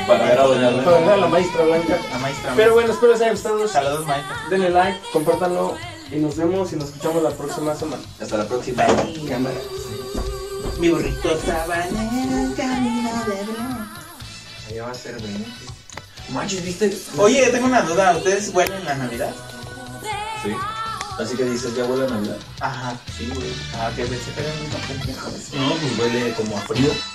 Speaker 2: Para ver a Doña
Speaker 3: para ver
Speaker 2: Blanca.
Speaker 3: a la maestra Blanca.
Speaker 4: La maestra.
Speaker 3: Pero bueno, espero les haya gustado.
Speaker 4: Saludos, maestra.
Speaker 3: Denle like, compártanlo y nos vemos y nos escuchamos la próxima semana.
Speaker 2: Hasta la próxima.
Speaker 3: Cámara.
Speaker 4: Mi burrito sabanero, camino de blanco. Ahí va a ser bien.
Speaker 2: Manches, ¿viste?
Speaker 4: Oye, tengo una duda. ¿Ustedes vuelan la Navidad?
Speaker 2: Sí. Así que dices, ya vuelve a Navidad.
Speaker 4: Ajá.
Speaker 2: Sí, güey.
Speaker 4: pues, Ah, que pensé que era un pendejo.
Speaker 2: No, pues huele como a frío.